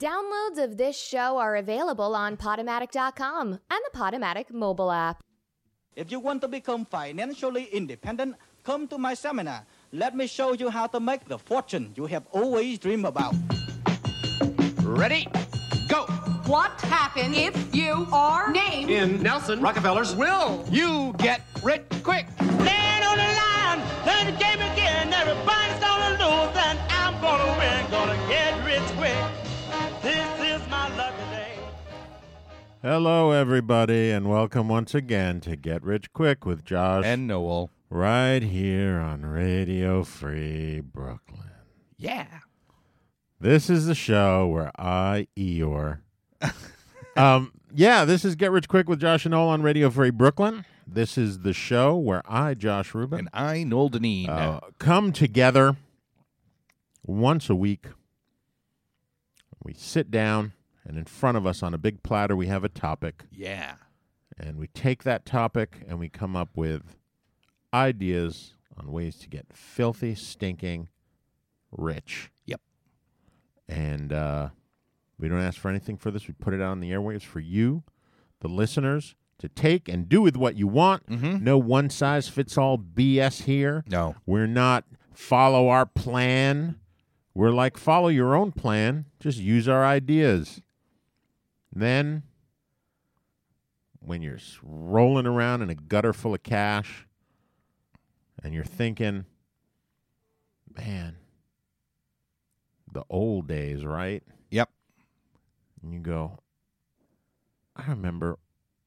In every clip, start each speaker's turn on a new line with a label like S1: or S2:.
S1: Downloads of this show are available on Podomatic.com and the Podomatic mobile app.
S2: If you want to become financially independent, come to my seminar. Let me show you how to make the fortune you have always dreamed about.
S3: Ready? Go!
S4: What happened if you are named?
S3: In Nelson Rockefeller's will you get rich quick?
S5: Stand on the line, play the game again. Everybody's gonna lose, and I'm gonna win. Gonna get rich quick. This is my lucky day.
S6: Hello, everybody, and welcome once again to Get Rich Quick with Josh
S7: and Noel.
S6: right here on Radio Free Brooklyn.
S7: Yeah.
S6: This is the show where I Eeyore. um, yeah, this is Get Rich Quick with Josh and Noel on Radio Free Brooklyn. This is the show where I, Josh Rubin,
S7: And I, Noel Deneen.
S6: uh, come together once a week. We sit down, and in front of us on a big platter, we have a topic.
S7: yeah.
S6: and we take that topic and we come up with ideas on ways to get filthy, stinking rich.
S7: Yep.
S6: And uh, we don't ask for anything for this. We put it out on the airwaves for you, the listeners, to take and do with what you want. No one size fits all BS here.
S7: Mm-hmm. No.
S6: We're not follow our plan. We're like, follow your own plan. Just use our ideas. Then, when you're s- rolling around in a gutter full of cash and you're thinking, man, the old days, right?
S7: Yep.
S6: And you go, I remember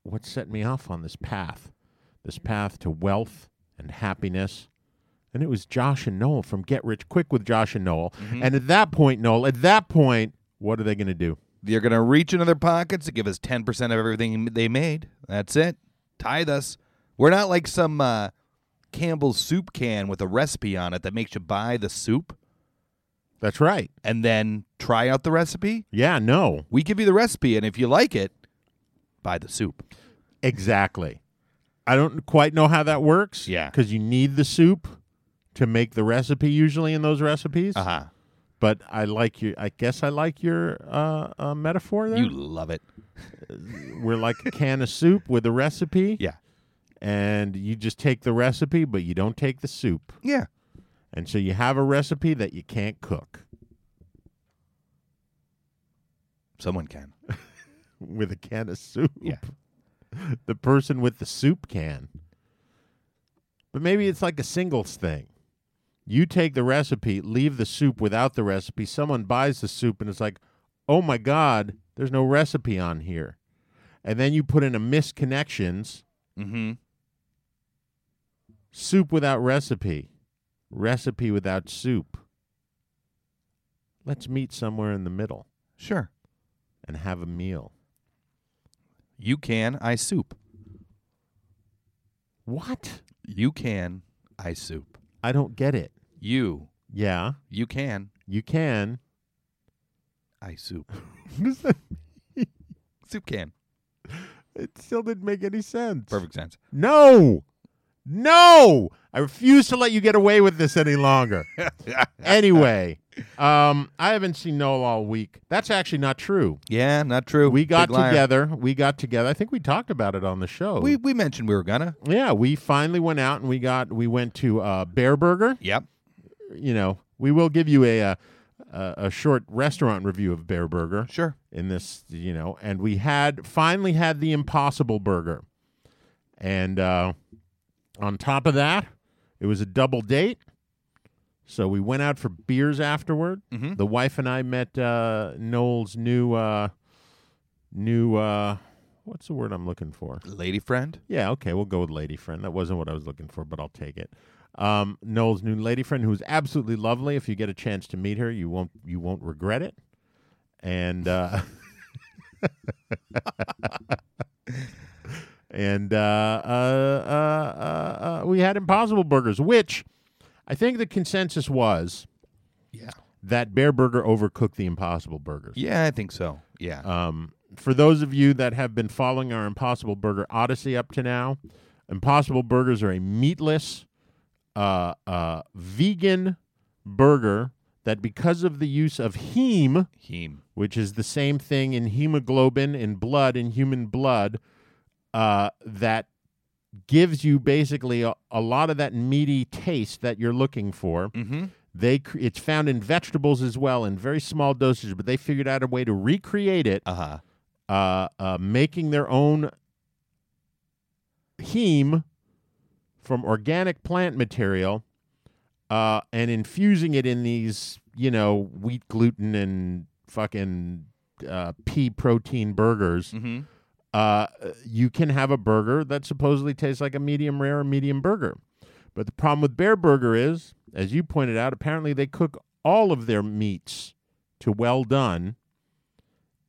S6: what set me off on this path, this path to wealth and happiness. And it was Josh and Noel from Get Rich Quick with Josh and Noel. And at that point, Noel, at that point, what are they going to do?
S7: They're going to reach into their pockets to give us 10% of everything they made. That's it. Tithe us. We're not like some uh, Campbell's soup can with a recipe on it that makes you buy the soup
S6: That's right.
S7: and then try out the recipe.
S6: Yeah, no.
S7: We give you the recipe, and if you like it, buy the soup.
S6: Exactly. I don't quite know how that works.
S7: Yeah.
S6: Because you need the soup to make the recipe usually in those recipes.
S7: Uh huh.
S6: But I like your. I guess I like your uh, uh, metaphor there.
S7: You love it.
S6: We're like a can of soup with a recipe.
S7: Yeah.
S6: And you just take the recipe, but you don't take the soup.
S7: Yeah.
S6: And so you have a recipe that you can't cook
S7: Someone can.
S6: with a can of soup.
S7: Yeah.
S6: The person with the soup can. But maybe it's like a singles thing. You take the recipe, leave the soup without the recipe. Someone buys the soup and it's like, oh my God, there's no recipe on here. And then you put in a misconnections
S7: Mm hmm.
S6: soup without recipe, recipe without soup. Let's meet somewhere in the middle
S7: Sure.
S6: and have a meal.
S7: You can. I soup.
S6: What?
S7: You can. I soup.
S6: I don't get it.
S7: You.
S6: Yeah,
S7: You can.
S6: you can.
S7: I soup. soup can.
S6: It still didn't make any sense.
S7: Perfect sense.
S6: No. No. I refuse to let you get away with this any longer. anyway, um, I haven't seen Noel all week. That's actually not true.
S7: Yeah, not true.
S6: We got
S7: Big liar.
S6: together. We got together. I think we talked about it on the show.
S7: We we mentioned we were gonna.
S6: yeah, we finally went out and we got we went to uh, Bear Burger.
S7: Yep.
S6: You know, we will give you a, uh, a a short restaurant review of Bear Burger.
S7: Sure.
S6: in this, you know, and we had finally had the Impossible Burger. And uh, on top of that, it was a double date. So we went out for beers afterward.
S7: Mhm.
S6: The wife and I met uh, Noel's new, uh, new, uh, what's the word I'm looking for?
S7: Lady friend.
S6: Yeah, okay, we'll go with lady friend. That wasn't what I was looking for, but I'll take it. Um, Noel's new lady friend, who's absolutely lovely. If you get a chance to meet her, you won't you won't regret it. And uh, and uh, uh, uh, uh, uh, we had Impossible Burgers, which I think the consensus was
S7: Yeah.
S6: that Bear Burger overcooked the Impossible Burgers.
S7: Yeah, I think so. Yeah.
S6: Um, for those of you that have been following our Impossible Burger Odyssey up to now, Impossible Burgers are a meatless, uh, uh, vegan burger that because of the use of heme,
S7: Heme.
S6: which is the same thing in hemoglobin in blood in human blood uh, that gives you basically a, a lot of that meaty taste that you're looking for
S7: mm-hmm.
S6: they cr- it's found in vegetables as well in very small dosages but they figured out a way to recreate it
S7: Uh huh.
S6: uh, uh, making their own heme from organic plant material uh, and infusing it in these, you know, wheat gluten and fucking uh, pea protein burgers.
S7: Mm-hmm.
S6: Uh, you can have a burger that supposedly tastes like a medium rare or medium burger. But the problem with Bear Burger is, as you pointed out, apparently they cook all of their meats to well done,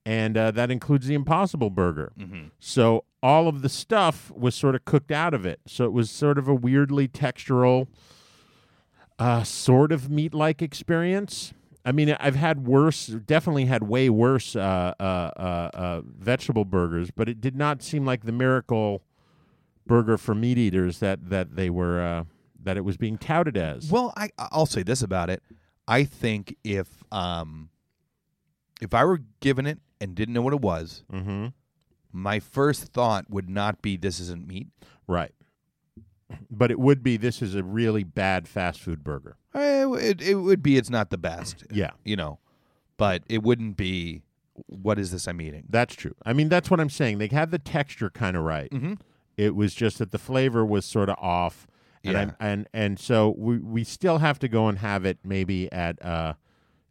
S6: and uh, that includes the Impossible Burger. So all of the stuff was sort of cooked out of it. So it was sort of a weirdly textural, uh, sort of meat like experience. I mean, I've had worse, definitely had way worse uh, uh, uh, uh, vegetable burgers, but it did not seem like the miracle burger for meat eaters that that they were uh, that it was being touted as.
S7: Well, I I'll say this about it. I think if um if I were given it and didn't know what it was,
S6: Mm-hmm.
S7: my first thought would not be this isn't meat.
S6: Right. But it would be this is a really bad fast food burger.
S7: Eh, It it would be it's not the best.
S6: Yeah.
S7: You know. But it wouldn't be what is this I'm eating?
S6: That's true. I mean, that's what I'm saying. They had the texture kind of right. It was just that the flavor was sort of off. And
S7: Yeah.
S6: I'm, and and so we we still have to go and have it maybe at uh,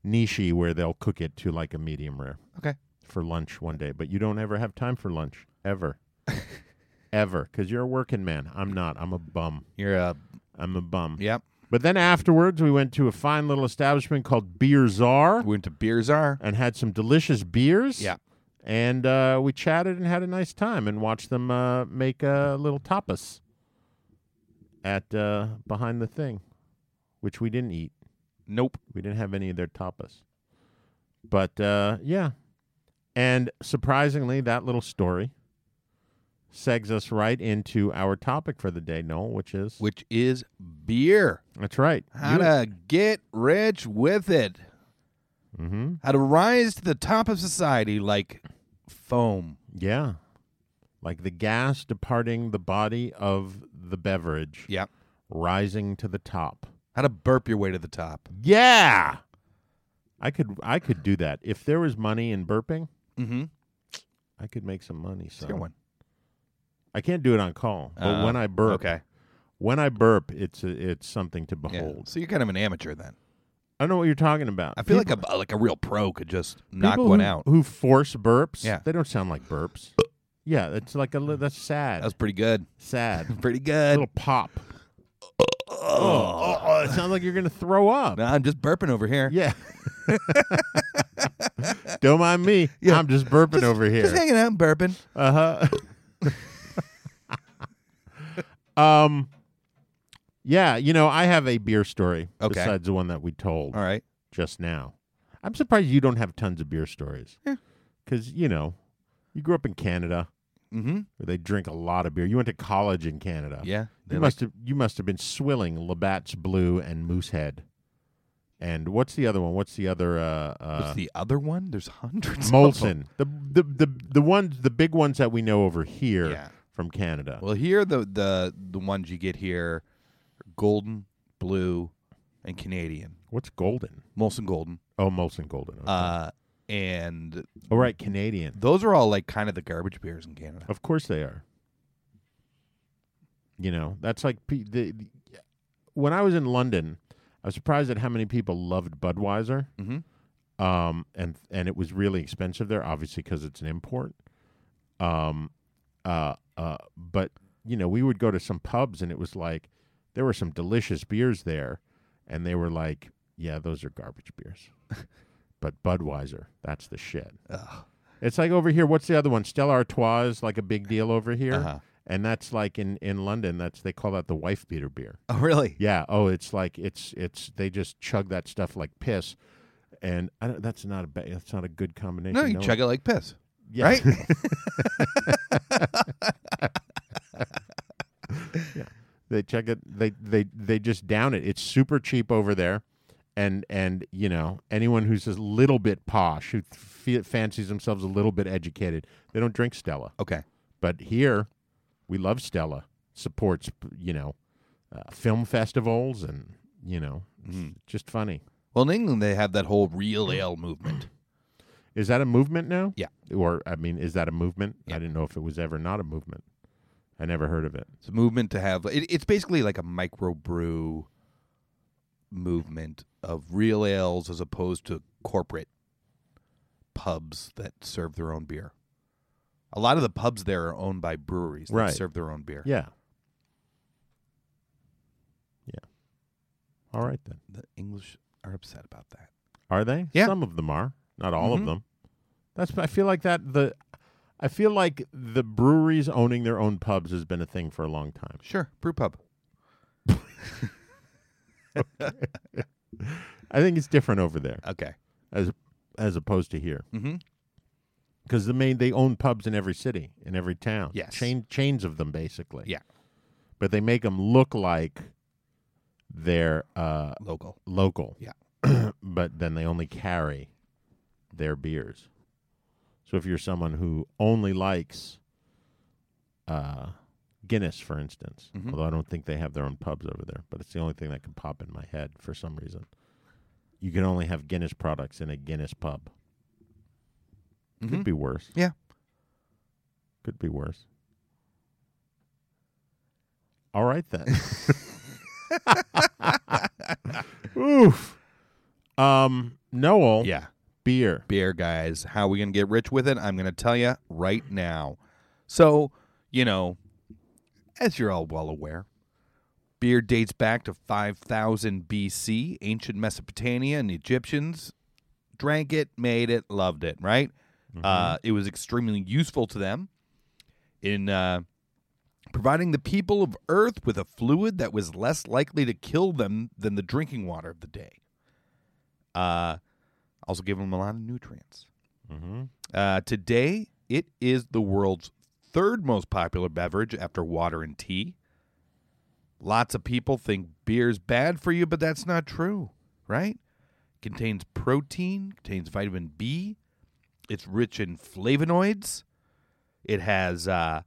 S6: Nishi where they'll cook it to like a medium rare
S7: Okay.
S6: for lunch one day. But you don't ever have time for lunch ever, ever, because you're a working man. I'm not. I'm a bum.
S7: You're a
S6: I'm a bum.
S7: yep.
S6: But then afterwards, we went to a fine little establishment called Beer Czar
S7: We went to Beer Czar.
S6: and had some delicious beers.
S7: Yeah.
S6: And uh, we chatted and had a nice time and watched them uh, make a little tapas at uh, behind the thing, which we didn't eat.
S7: Nope.
S6: We didn't have any of their tapas. But uh, yeah. And surprisingly, that little story segs us right into our topic for the day, Noel, which is.
S7: Which is beer.
S6: That's right.
S7: How to get rich with it.
S6: hmm
S7: How to rise to the top of society like foam.
S6: Yeah. Like the gas departing the body of the beverage,
S7: Yeah.
S6: rising to the top.
S7: How to burp your way to the top.
S6: Yeah. I could I could do that. If there was money in burping,
S7: Mm-hmm.
S6: I could make some money. So
S7: Good one.
S6: I can't do it on call, but
S7: Uh,
S6: when I burp,
S7: Okay.
S6: when I burp, it's a, it's something to
S7: Yeah.
S6: behold.
S7: So you're kind of an amateur then.
S6: I don't know what you're talking about.
S7: I feel
S6: People-
S7: like a like a real pro could just knock
S6: people
S7: one
S6: who,
S7: out.
S6: Who force burps?
S7: Yeah.
S6: they don't sound like burps. yeah, it's like a li- that's sad.
S7: That was pretty good.
S6: sad.
S7: Pretty good.
S6: little pop. Oh, oh, it sounds like you're gonna throw up.
S7: Nah, I'm just burping over here.
S6: Yeah. Don't mind me.
S7: Yeah.
S6: I'm just burping
S7: Just-
S6: over
S7: Just
S6: here.
S7: hanging out and burping.
S6: Uh huh. um. Yeah, you know, I have a beer story
S7: Okay.
S6: besides the one that we told
S7: All right.
S6: just now. I'm surprised you don't have tons of beer stories.
S7: Yeah.
S6: Because, you know, you grew up in Canada
S7: Mm-hmm.
S6: where they drink a lot of beer. You went to college in Canada.
S7: Yeah.
S6: You
S7: They're
S6: must have you must have been swilling Labatt's Blue and Moosehead. And what's the other one? What's the other uh,
S7: like,
S6: uh
S7: What's the other one? There's hundreds. Of them.
S6: Molson? The, the the the ones the big ones that we know over here
S7: Yeah.
S6: from Canada.
S7: Well, here the the the ones you get here, are golden, blue, and Canadian.
S6: What's Golden?
S7: Molson Golden.
S6: Oh, Molson Golden. Okay.
S7: Uh, and
S6: All right, Canadian.
S7: those are all like kind of the garbage beers in Canada.
S6: Of course they are. You know, that's like pe- the, the when I was in London, I was surprised at how many people loved Budweiser.
S7: Mhm.
S6: Um, and and it was really expensive there, obviously because it's an import. Um, uh, uh, but you know, we would go to some pubs, and it was like there were some delicious beers there, and they were like, "Yeah, those are garbage beers," but Budweiser, that's the shit. It's like over here. What's the other one? Stella Artois is like a big deal over here,
S7: Uh-huh.
S6: and that's like in in London. That's they call that the wife beater beer.
S7: Oh, really?
S6: Yeah. Oh, it's like it's it's they just chug that stuff like piss, and I don't, that's not a ba- that's not a good combination.
S7: No, you chug it like piss.
S6: yeah.
S7: right?
S6: They chug it. They they they just down it. It's super cheap over there, and and you know anyone who's a little bit posh who f- fancies themselves a little bit educated they don't drink stella
S7: Okay.
S6: but here we love stella supports you know uh, film festivals and you know it's
S7: Mm-hmm.
S6: just funny
S7: Well, in England, they have that whole real ale movement.
S6: is that a movement now
S7: Yeah.
S6: or i mean is that a movement
S7: Yeah.
S6: i didn't know if it was ever not a movement i never heard of it
S7: It's a movement to have. It, it's basically like a microbrew movement of real ales as opposed to corporate pubs that serve their own beer. A lot of the pubs there are owned by breweries that
S6: Right.
S7: serve their own beer.
S6: yeah yeah all right then
S7: The English are upset about that.
S6: Are they?
S7: Yeah.
S6: Some of them are. Not all
S7: Mhm.
S6: of them. That's I feel like that the I feel like the breweries owning their own pubs has been a thing for a long time.
S7: Sure, brew pub.
S6: I think it's different over there
S7: Okay.
S6: as as opposed to here.
S7: Mhm.
S6: Cuz the main they own pubs in every city, in every town.
S7: Yes.
S6: Chain chains of them basically.
S7: Yeah.
S6: But they make them look like they're uh
S7: Local.
S6: local.
S7: Yeah.
S6: but then they only carry their beers. So if you're someone who only likes uh, Guinness, for instance,
S7: Mm-hmm.
S6: although I don't think they have their own pubs over there, but it's the only thing that can pop in my head for some reason. You can only have Guinness products in a Guinness pub. Could be worse.
S7: Mm-hmm. Yeah.
S6: Could be worse. All right then. Oof. Um, Noel.
S7: Yeah.
S6: Beer.
S7: beer, guys. How we going to get rich with it? I'm going to tell you right now. So, you know, as you're all well aware, beer dates back to 5000 BC. Ancient Mesopotamia and Egyptians drank it, made it, loved it, right? Uh, it was extremely useful to them in uh, providing the people of Earth with a fluid that was less likely to kill them than the drinking water of the day. Uh, also giving them a lot of nutrients. Uh, today, it is the world's third most popular beverage after water and tea. Lots of people think beer's bad for you, but that's not true, right? Contains protein, contains vitamin B. It's rich in flavonoids. It has uh,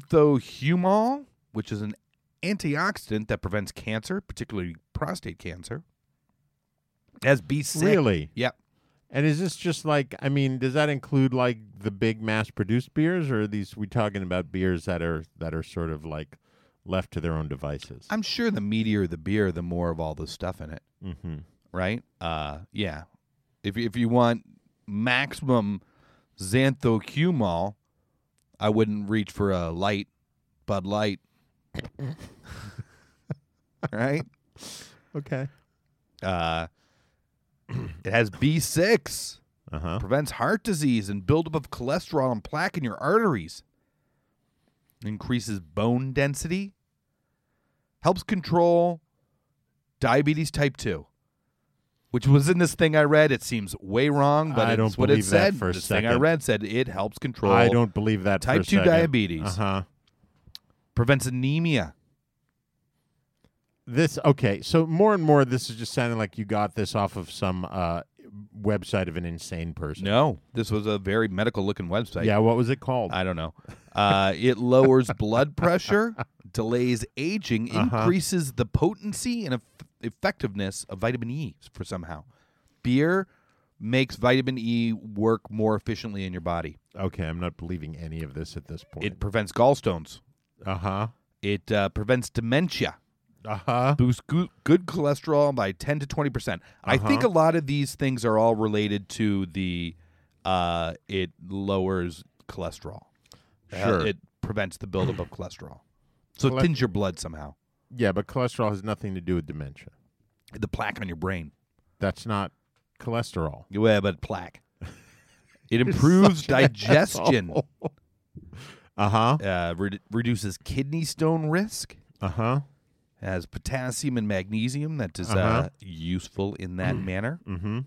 S7: xanthohumol, which is an antioxidant that prevents cancer, particularly prostate cancer. It has B6.
S6: Really?
S7: Yep.
S6: And is this just like I mean, does that include like the big mass produced beers or are these we talking about beers that are that are sort of like left to their own devices?
S7: I'm sure the meatier the beer, the more of all the stuff in it,
S6: mm-hmm.
S7: right? Uh, yeah. If if you want maximum xanthohumol, I wouldn't reach for a light Bud Light, right?
S6: Okay.
S7: Uh, it has B6,
S6: Uh-huh.
S7: prevents heart disease and buildup of cholesterol and plaque in your arteries, increases bone density, helps control diabetes type 2. Which was in this thing I read. It seems way wrong, but
S6: I
S7: it's
S6: don't
S7: what it
S6: believe that
S7: said.
S6: for a
S7: this thing I
S6: second.
S7: read said it helps control.
S6: I don't believe that.
S7: Type
S6: for a
S7: 2
S6: second.
S7: diabetes.
S6: Uh-huh.
S7: prevents anemia.
S6: This okay, so more and more this is just sounding like you got this off of some uh website of an insane person.
S7: No, this was a very medical looking website.
S6: Yeah, what was it called?
S7: I don't know. Uh, it lowers blood pressure, delays aging, increases the potency and eff- effectiveness of vitamin E for somehow. Beer makes vitamin E work more efficiently in your body.
S6: okay, I'm not believing any of this at this point.
S7: It prevents gallstones.
S6: uh-huh.
S7: It uh, prevents dementia.
S6: Uh-huh.
S7: Boosts goo- good cholesterol by ten to twenty percent. I think a lot of these things are all related to the. Uh, it lowers cholesterol. Uh,
S6: Sure.
S7: it prevents the buildup of cholesterol. So
S6: Chole-
S7: it thins your blood somehow.
S6: Yeah, but cholesterol has nothing to do with dementia.
S7: The plaque on your brain.
S6: That's not cholesterol.
S7: Yeah, but plaque. It improves digestion,
S6: Uh huh.
S7: uh, re- reduces kidney stone risk,
S6: Uh huh.
S7: has potassium and magnesium that is uh
S6: Uh-huh.
S7: useful in that manner.
S6: Mm-hmm.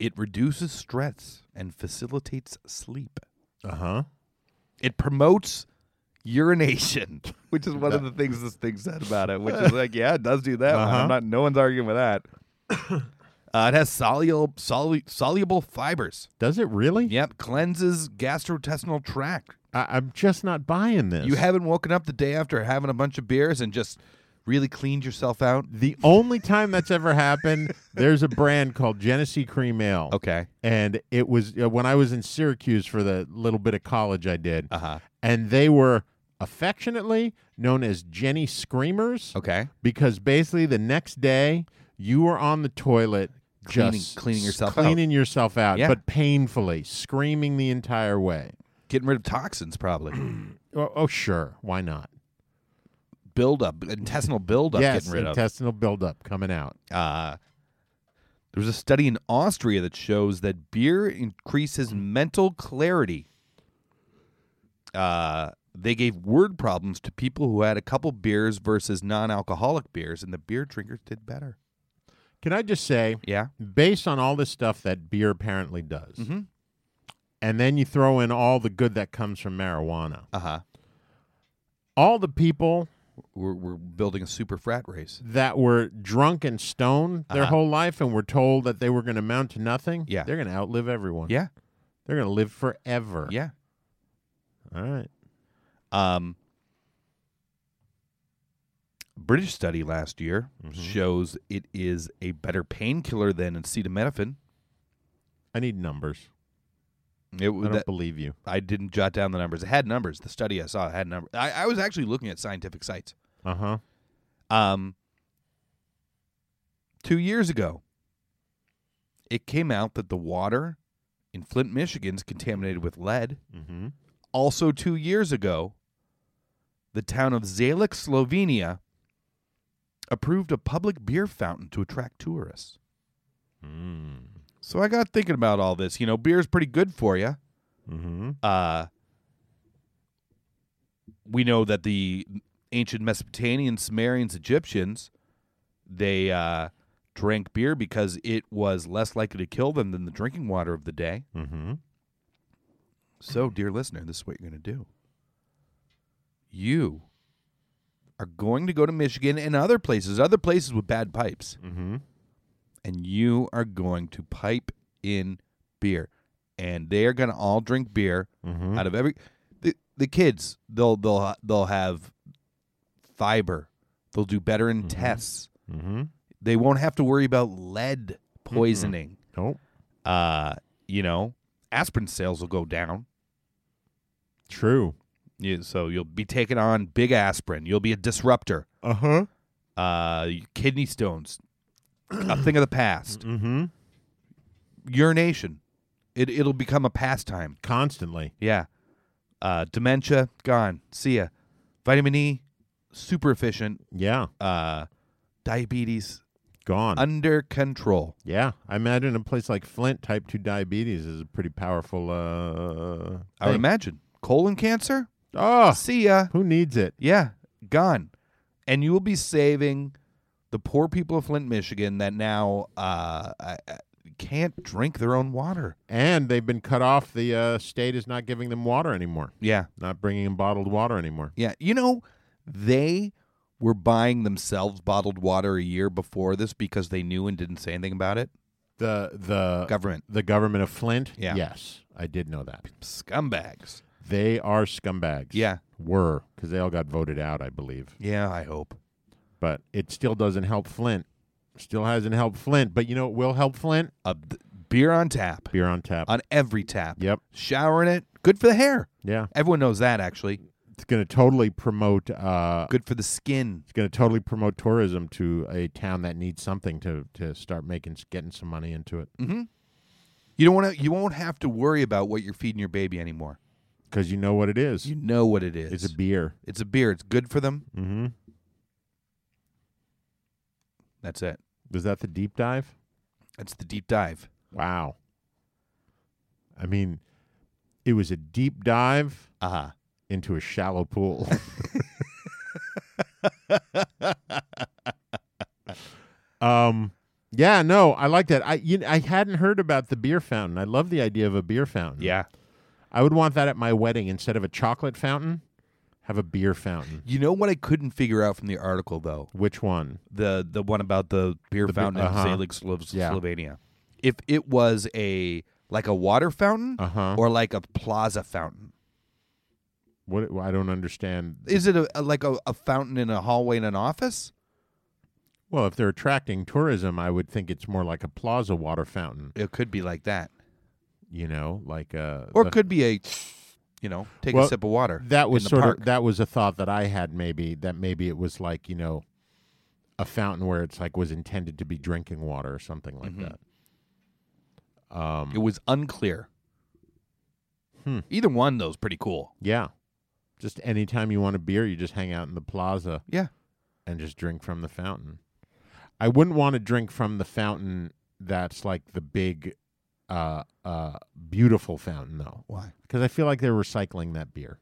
S7: It reduces stress and facilitates sleep.
S6: Uh huh.
S7: It promotes urination, which is one of the things this thing said about it, which is like, yeah, it does do that. one.
S6: Uh-huh.
S7: I'm not, no one's arguing with that. Uh, it has soluble, solu- soluble fibers.
S6: Does it really?
S7: Yep, cleanses gastrointestinal tract.
S6: I, I'm just not buying this.
S7: You haven't woken up the day after having a bunch of beers and just really cleaned yourself out.
S6: the only time that's ever happened. There's a brand called Genesee Cream Ale.
S7: Okay.
S6: and it was uh, when I was in Syracuse for the little bit of college I did.
S7: Uh-huh.
S6: And they were affectionately known as Jenny Screamers.
S7: Okay.
S6: Because basically the next day you were on the toilet
S7: Cleaning-
S6: just
S7: cleaning
S6: s-
S7: yourself out.
S6: cleaning yourself out,
S7: Yeah.
S6: but painfully, screaming the entire way.
S7: Getting rid of toxins, probably.
S6: Oh, oh sure, why not?
S7: buildup, intestinal buildup,
S6: yes,
S7: getting rid of.
S6: intestinal buildup coming out.
S7: Uh, there was a study in Austria that shows that beer increases mental clarity. Uh, they gave word problems to people who had a couple beers versus non alcoholic beers, and the beer drinkers did better.
S6: Can I just say,
S7: Yeah.
S6: based on all this stuff that beer apparently does,
S7: Mm-hmm.
S6: and then you throw in all the good that comes from marijuana,
S7: Uh huh.
S6: all the people
S7: We're, we're building a super frat race.
S6: that were drunk and stoned their
S7: Uh-huh.
S6: whole life and were told that they were going to amount to nothing,
S7: Yeah.
S6: they're going to outlive everyone.
S7: Yeah.
S6: They're going to live forever.
S7: Yeah.
S6: All right.
S7: Um, British study last year shows it is a better painkiller than acetaminophen.
S6: I need numbers.
S7: It
S6: I
S7: was
S6: don't
S7: that,
S6: believe you.
S7: I didn't jot down the numbers. It had numbers. The study I saw had numbers. I, I was actually looking at scientific sites.
S6: Uh huh.
S7: Um, two years ago, it came out that the water in Flint, Michigan, is contaminated with lead.
S6: Mm-hmm.
S7: Also, two years ago, the town of Zalik, Slovenia, approved a public beer fountain to attract tourists.
S6: Hmm.
S7: So I got thinking about all this. You know, beer's pretty good for you.
S6: Mm-hmm.
S7: Uh, we know that the ancient Mesopotamians, Sumerians, Egyptians, they uh, drank beer because it was less likely to kill them than the drinking water of the day.
S6: Mm-hmm.
S7: So, dear listener, this is what you're going to do. You are going to go to Michigan and other places, other places with bad pipes,
S6: Mm-hmm.
S7: and you are going to pipe in beer. And they are going to all drink beer
S6: Mm-hmm.
S7: out of every the, the kids they'll they'll ha- they'll have fiber. They'll do better in tests.
S6: Mm-hmm.
S7: They won't have to worry about lead poisoning
S6: Nope.
S7: uh, you know, aspirin sales will go down.
S6: True.
S7: You, so you'll be taking on big aspirin. You'll be a disruptor.
S6: Uh huh.
S7: Uh, kidney stones, a thing of the past.
S6: Mm-hmm.
S7: Urination, it it'll become a pastime.
S6: Constantly.
S7: Yeah. Uh, dementia gone. See ya. Vitamin E, super efficient.
S6: Yeah.
S7: Uh, diabetes
S6: Gone.
S7: under control.
S6: Yeah, I imagine a place like Flint, type two diabetes is a pretty powerful. Uh,
S7: I would
S6: thing.
S7: imagine colon cancer.
S6: Oh,
S7: See ya.
S6: who needs it?
S7: Yeah, gone. And you will be saving the poor people of Flint, Michigan that now uh, uh, can't drink their own water.
S6: And they've been cut off. The uh, state is not giving them water anymore.
S7: Yeah.
S6: Not bringing in bottled water anymore.
S7: Yeah. You know, they were buying themselves bottled water a year before this because they knew and didn't say anything about it.
S6: The the
S7: Government.
S6: the government of Flint.
S7: Yeah.
S6: Yes, I did know that.
S7: Scumbags.
S6: They are scumbags.
S7: Yeah.
S6: were because they all got voted out, I believe.
S7: Yeah, I hope.
S6: But it still doesn't help Flint. Still hasn't helped Flint. But you know, it will help Flint.
S7: Uh, th- beer on tap,
S6: Beer on tap.
S7: on every tap.
S6: Yep.
S7: Shower in it. Good for the hair.
S6: yeah,
S7: Everyone knows that, actually.
S6: it's going to totally promote uh,
S7: Good for the skin.
S6: It's going to totally promote tourism to a town that needs something to to start making getting some money into it
S7: Mm. You don't want to. You won't have to worry about what you're feeding your baby anymore.
S6: because you know what it is.
S7: You know what it is.
S6: it's a beer.
S7: It's a beer. It's good for them.
S6: Mm-hmm.
S7: That's it.
S6: Was that the deep dive?
S7: That's the deep dive.
S6: Wow. I mean, it was a deep dive
S7: Uh huh.
S6: into a shallow pool. um. Yeah. No, I like that. I you, I hadn't heard about the beer fountain. I love the idea of a beer fountain.
S7: Yeah.
S6: I would want that at my wedding instead of a chocolate fountain. Have a beer fountain.
S7: You know what I couldn't figure out from the article though?
S6: Which one?
S7: The the one about the beer
S6: The beer-
S7: fountain
S6: uh-huh.
S7: in Zalig, Slo-
S6: Yeah.
S7: Slovenia. If it was a like a water fountain
S6: Uh-huh.
S7: or like a plaza fountain.
S6: What I don't understand.
S7: Is it a, a- like a, a fountain in a hallway in an office?
S6: Well, if they're attracting tourism, I would think it's more like a plaza water fountain.
S7: It could be like that.
S6: You know, like a
S7: Or
S6: the-
S7: it could be a you know, take
S6: Well,
S7: a sip of water.
S6: That
S7: in
S6: was
S7: the
S6: sort
S7: park.
S6: of that was a thought that I had maybe that maybe it was like, you know, a fountain where it's like was intended to be drinking water or something
S7: Mm-hmm.
S6: like that.
S7: It was unclear. Either one though is pretty cool.
S6: Yeah. Just anytime you want a beer, you just hang out in the plaza
S7: Yeah.
S6: and just drink from the fountain. I wouldn't want to drink from the fountain that's like the big uh uh beautiful fountain though.
S7: Why?
S6: Because I feel like they're recycling that beer.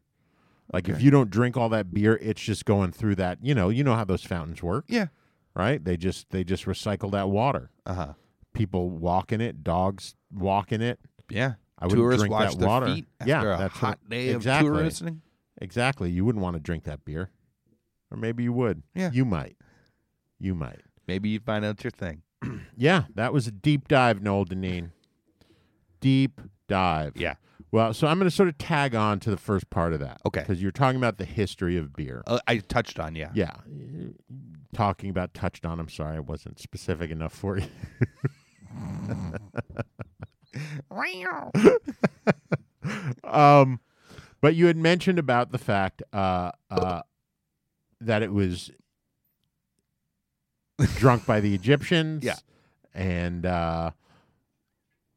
S6: Like if you don't drink all that beer, it's just going through that, you know, you know how those fountains work.
S7: Yeah.
S6: right? They just they just recycle that water.
S7: Uh huh.
S6: People walk in it, dogs walk in it.
S7: Yeah.
S6: I wouldn't
S7: tourists
S6: drink
S7: wash
S6: that
S7: their
S6: water.
S7: feet after
S6: Yeah,
S7: a
S6: that's what-
S7: hot day of
S6: exactly.
S7: touristing.
S6: Exactly. You wouldn't want to drink that beer, or maybe you would.
S7: Yeah.
S6: you might. You might.
S7: Maybe you find out your thing.
S6: Yeah, that was a deep dive, Noel Deneen. Deep dive.
S7: Yeah.
S6: Well, so I'm going to sort of tag on to the first part of that.
S7: Okay.
S6: Because you're talking about the history of beer.
S7: Uh, I touched on yeah.
S6: yeah. Talking about touched on. I'm sorry, I wasn't specific enough for you. um, but you had mentioned about the fact uh, uh, that it was drunk by the Egyptians.
S7: Yeah.
S6: And, uh,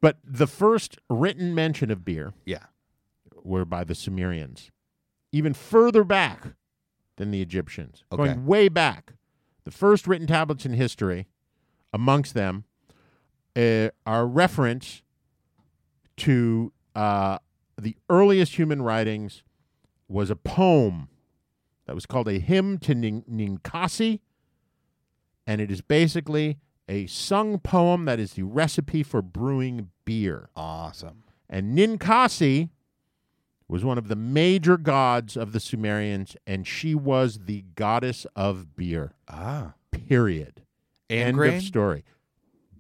S6: but the first written mention of beer
S7: Yeah.
S6: were by the Sumerians, even further back than the Egyptians,
S7: Okay.
S6: going way back. The first written tablets in history, amongst them, uh, are reference to uh, the earliest human writings was a poem that was called a hymn to Nin- Ninkasi, and it is basically a sung poem that is the recipe for brewing beer.
S7: Awesome.
S6: And Ninkasi was one of the major gods of the Sumerians, and she was the goddess of beer.
S7: Ah.
S6: Period.
S7: And
S6: End
S7: grain?
S6: of story.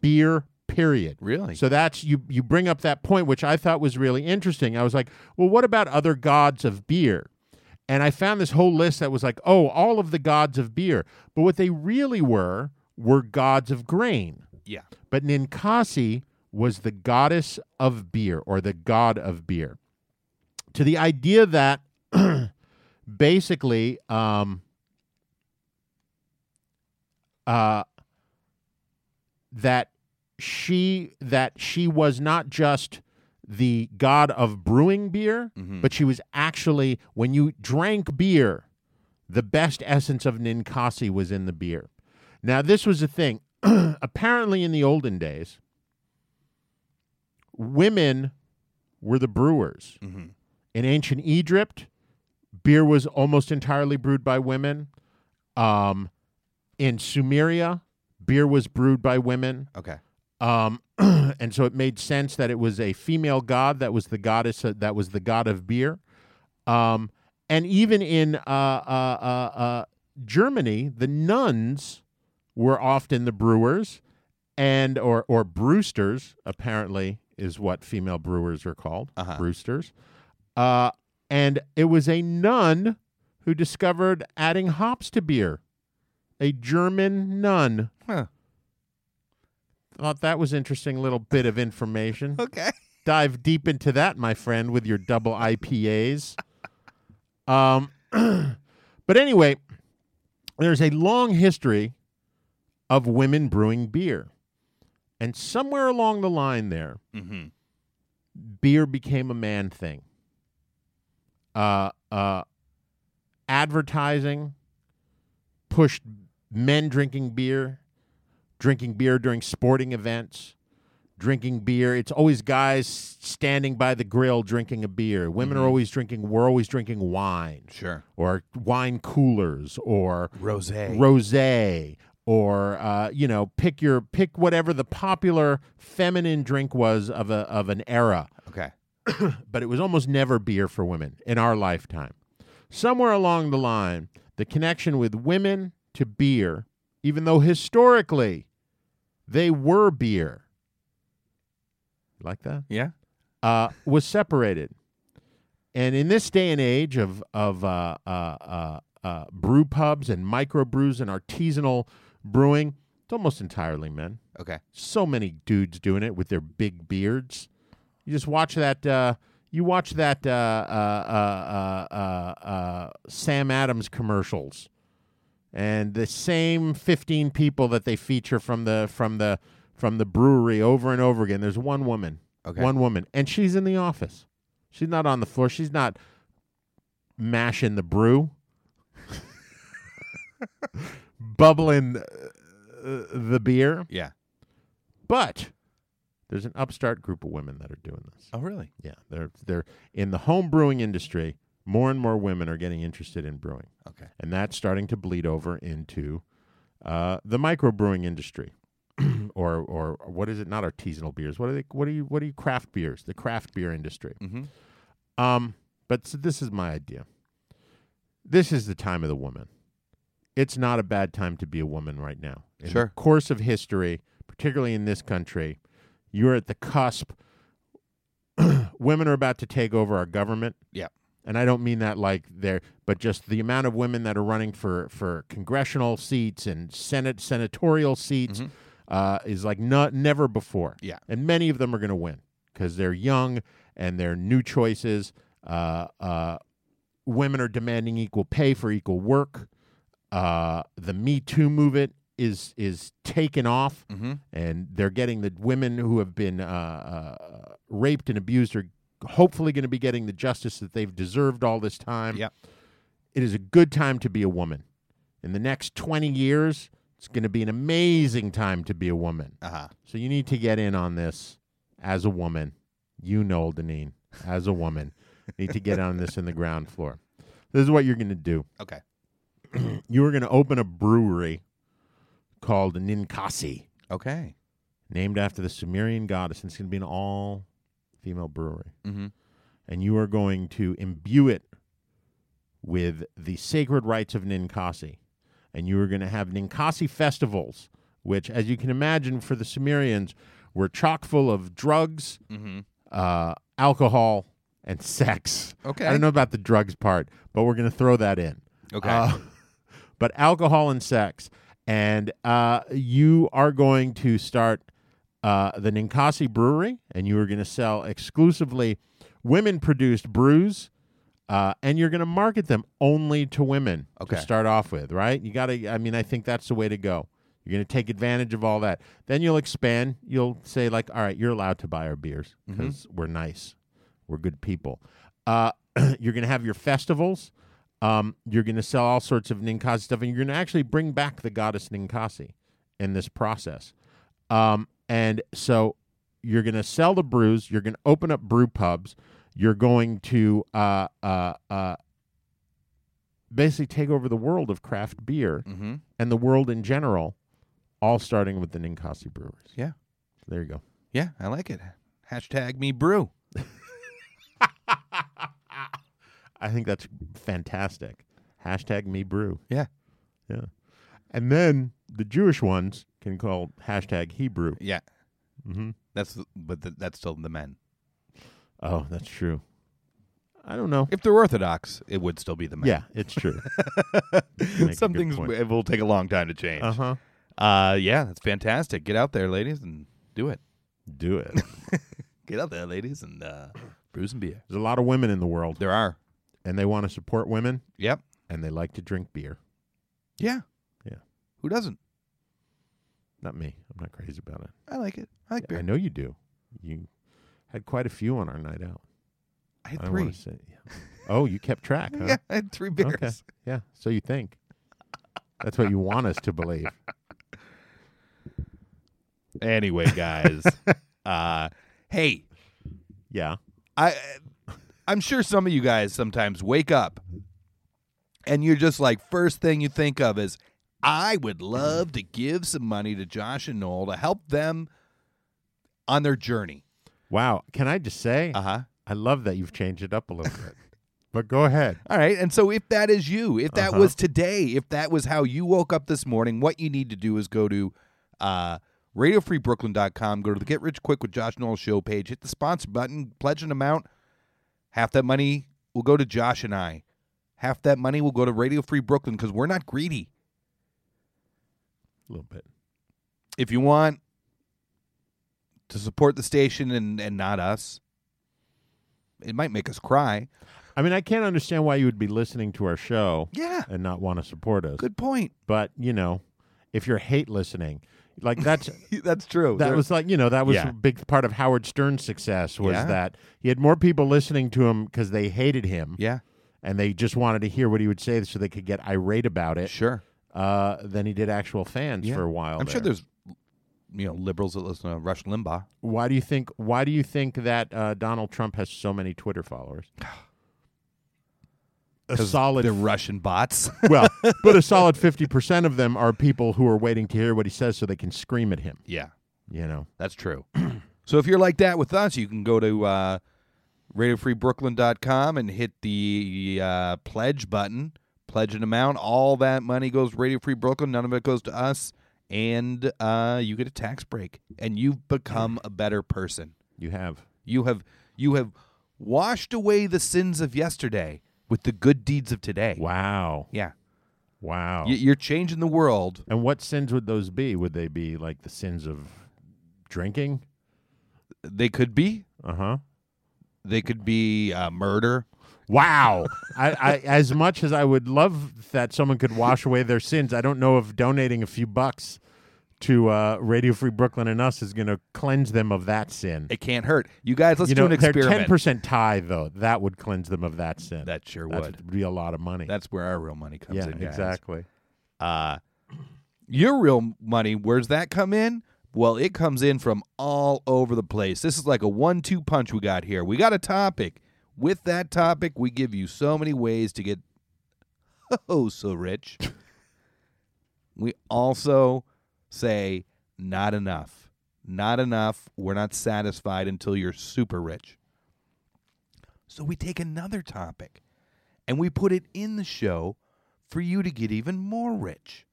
S6: Beer. Period.
S7: Really?
S6: So that's you. You bring up that point, which I thought was really interesting. I was like, well, what about other gods of beer? And I found this whole list that was like, oh, all of the gods of beer. But what they really were were gods of grain.
S7: Yeah.
S6: But Ninkasi was the goddess of beer or the god of beer. To the idea that basically um, uh, that she that she was not just the god of brewing beer, but she was actually when you drank beer, the best essence of Ninkasi was in the beer. Now, this was a thing. Apparently, in the olden days, women were the brewers. In ancient Egypt, beer was almost entirely brewed by women. Um, in Sumeria, beer was brewed by women.
S7: Okay.
S6: Um, and so it made sense that it was a female god that was the goddess uh, that was the god of beer. Um, and even in uh, uh, uh, uh, Germany, the nuns were often the brewers, and or or brewsters apparently is what female brewers are called,
S7: Uh-huh.
S6: brewsters. Uh, and it was a nun who discovered adding hops to beer, a German nun
S7: Huh.
S6: thought that was interesting little bit of information.
S7: Okay.
S6: Dive deep into that, my friend, with your double IPAs. Um, but anyway, there's a long history of women brewing beer, and somewhere along the line there,
S7: Mm-hmm.
S6: beer became a man thing. Uh, uh, advertising pushed men drinking beer, drinking beer during sporting events, drinking beer. It's always guys standing by the grill drinking a beer. Women are always drinking. We're always drinking wine
S7: Sure.
S6: or wine coolers or
S7: Rose.
S6: rosé or uh, you know pick your pick whatever the popular feminine drink was of a of an era
S7: okay.
S6: but it was almost never beer for women in our lifetime Somewhere along the line, the connection with women to beer, even though historically they were beer, like that,
S7: Yeah.
S6: uh, was separated. And in this day and age of of uh, uh, uh, uh, brew pubs and microbrews and artisanal brewing, it's almost entirely men
S7: Okay.
S6: so many dudes doing it with their big beards. You just watch that. Uh, you watch that uh, uh, uh, uh, uh, uh, Sam Adams commercials, and the same fifteen people that they feature from the from the from the brewery over and over again. There's one woman,
S7: Okay.
S6: one woman, and she's in the office. She's not on the floor. She's not mashing the brew, bubbling uh, uh, the beer.
S7: Yeah.
S6: But there's an upstart group of women that are doing this.
S7: Oh, really?
S6: Yeah, they're they're in the home brewing industry. More and more women are getting interested in brewing,
S7: Okay.
S6: and that's starting to bleed over into uh, the microbrewing industry, or or what is it? Not artisanal beers. What are they? What are you? What are you? Craft beers. The craft beer industry.
S7: Mhm.
S6: Um, but s this is my idea. This is the time of the woman. It's not a bad time to be a woman right now. In
S7: Sure.
S6: the course of history, particularly in this country, you're at the cusp. women are about to take over our government.
S7: Yeah.
S6: And I don't mean that like they're, but just the amount of women that are running for, for congressional seats and Senate senatorial seats uh, is like not, never before.
S7: Yeah.
S6: And many of them are going to win because they're young and they're new choices. Uh, uh, women are demanding equal pay for equal work. Uh, the Me Too movement is is taken off, and they're getting the women who have been uh, uh, raped and abused are hopefully going to be getting the justice that they've deserved all this time.
S7: Yep.
S6: It is a good time to be a woman. In the next 20 years, it's going to be an amazing time to be a woman.
S7: Uh huh.
S6: So you need to get in on this as a woman. You know, Deneen, as a woman, need to get on this in the ground floor. This is what you're going to do.
S7: Okay.
S6: You are going to open a brewery called Ninkasi,
S7: Okay.
S6: named after the Sumerian goddess, and it's going to be an all female brewery.
S7: Mhm.
S6: And you are going to imbue it with the sacred rites of Ninkasi. And you are going to have Ninkasi festivals, which, as you can imagine, for the Sumerians, were chock full of drugs, uh, alcohol, and sex.
S7: Okay.
S6: I don't know about the drugs part, but we're going to throw that in.
S7: Okay.
S6: Uh, but alcohol and sex. And uh, you are going to start uh, the Ninkasi Brewery, and you are going to sell exclusively women produced brews, uh, and you're going to market them only to women
S7: Okay.
S6: to start off with, right? You got to, I mean, I think that's the way to go. You're going to take advantage of all that. Then you'll expand. You'll say, like, all right, you're allowed to buy our beers because we're nice, we're good people. Uh, you're going to have your festivals. Um, you're going to sell all sorts of Ninkasi stuff, and you're going to actually bring back the goddess Ninkasi in this process. Um, and so you're going to sell the brews. You're going to open up brew pubs. You're going to uh, uh, uh, basically take over the world of craft beer
S7: Mhm.
S6: and the world in general, all starting with the Ninkasi brewers.
S7: Yeah.
S6: There you go.
S7: Yeah, I like it. Hashtag me brew.
S6: I think that's fantastic. Hashtag me brew.
S7: Yeah.
S6: Yeah. And then the Jewish ones can call hashtag Hebrew.
S7: Yeah.
S6: Mm-hmm.
S7: That's the, but the, that's still the men.
S6: Oh, that's true. I don't know.
S7: If they're Orthodox, it would still be the men.
S6: Yeah, it's true. You make a
S7: Some
S6: good
S7: things
S6: point.
S7: w- it will take a long time to change.
S6: Uh huh.
S7: Uh, yeah, that's fantastic. Get out there, ladies, and do it.
S6: Do it. There's
S7: Get out there, ladies, and uh, brew some beer.
S6: a lot of women in the world,
S7: There are.
S6: and they want to support women,
S7: Yep.
S6: and they like to drink beer.
S7: Yeah.
S6: Yeah.
S7: Who doesn't?
S6: Not me. I'm not crazy about it.
S7: I like it. I like
S6: I
S7: beer.
S6: know you do. You had quite a few on our night out.
S7: I had
S6: I don't
S7: three.
S6: wanna say- yeah. Oh, you kept track, huh?
S7: Yeah, I had three beers.
S6: Okay. Yeah. So you think. That's what you want us to believe.
S7: Anyway, guys. uh, hey,
S6: Yeah.
S7: I I'm sure some of you guys sometimes wake up and you're just like first thing you think of is I would love to give some money to Josh and Noel to help them on their journey.
S6: Wow. Can I just say,
S7: Uh-huh.
S6: I love that you've changed it up a little bit. but go ahead.
S7: All right. And so if that is you, if that was today, if that was how you woke up this morning, what you need to do is go to uh, radiofreebrooklyn.com, go to the Get Rich Quick with Josh Noel show page, hit the sponsor button, pledge an amount. Half that money will go to Josh and I. Half that money will go to Radio Free Brooklyn because we're not greedy.
S6: A little bit.
S7: If you want to support the station and, and not us, it might make us cry.
S6: I mean, I can't understand why you would be listening to our show
S7: Yeah.
S6: and not want to support us.
S7: Good point.
S6: But, you know, if you're hate listening, like that's
S7: That's true.
S6: that
S7: Oh, There-
S6: was like, you know, that was
S7: Yeah.
S6: a big part of Howard Stern's success was
S7: Yeah.
S6: that he had more people listening to him cuz they hated him
S7: yeah,
S6: and they just wanted to hear what he would say so they could get irate about it.
S7: sure.
S6: Uh, than he did actual fans
S7: Yeah.
S6: for a while.
S7: I'm sure
S6: there.
S7: there's you know liberals that listen to Rush Limbaugh.
S6: Why do you think? Why do you think that uh, Donald Trump has so many Twitter followers? A
S7: 'Cause
S6: solid,
S7: They're Russian bots.
S6: well, but a solid fifty percent of them are people who are waiting to hear what he says so they can scream at him.
S7: yeah,
S6: You know,
S7: that's true. so if you're like that with us, you can go to uh, RadioFreeBrooklyn.com and hit the uh, pledge button, pledge an amount. All that money goes to Radio Free Brooklyn. None of it goes to us, and uh, you get a tax break, and you've become a better person.
S6: you have
S7: You have you have washed away the sins of yesterday with the good deeds of today.
S6: wow,
S7: Yeah.
S6: wow.
S7: Y- You're changing the world.
S6: and what sins would those be? Would they be like the sins of drinking?
S7: They could be.
S6: Uh huh.
S7: They could be uh, murder.
S6: Wow. I, I as much as I would love that someone could wash away their sins, I don't know if donating a few bucks to uh, Radio Free Brooklyn and us is going to cleanse them of that sin.
S7: It can't hurt. You guys, let's
S6: you
S7: do
S6: know,
S7: an
S6: their
S7: experiment.
S6: ten percent tithe though that would cleanse them of that sin.
S7: That sure
S6: That
S7: would.
S6: would be a lot of money.
S7: That's where our real money comes
S6: yeah,
S7: in. guys.
S6: exactly.
S7: Uh, your real money, where's that come in? Well, it comes in from all over the place. This is like a one two punch we got here. We got a topic. With that topic, we give you so many ways to get oh so rich. we also say not enough. Not enough. We're not satisfied until you're super rich. So we take another topic and we put it in the show for you to get even more rich.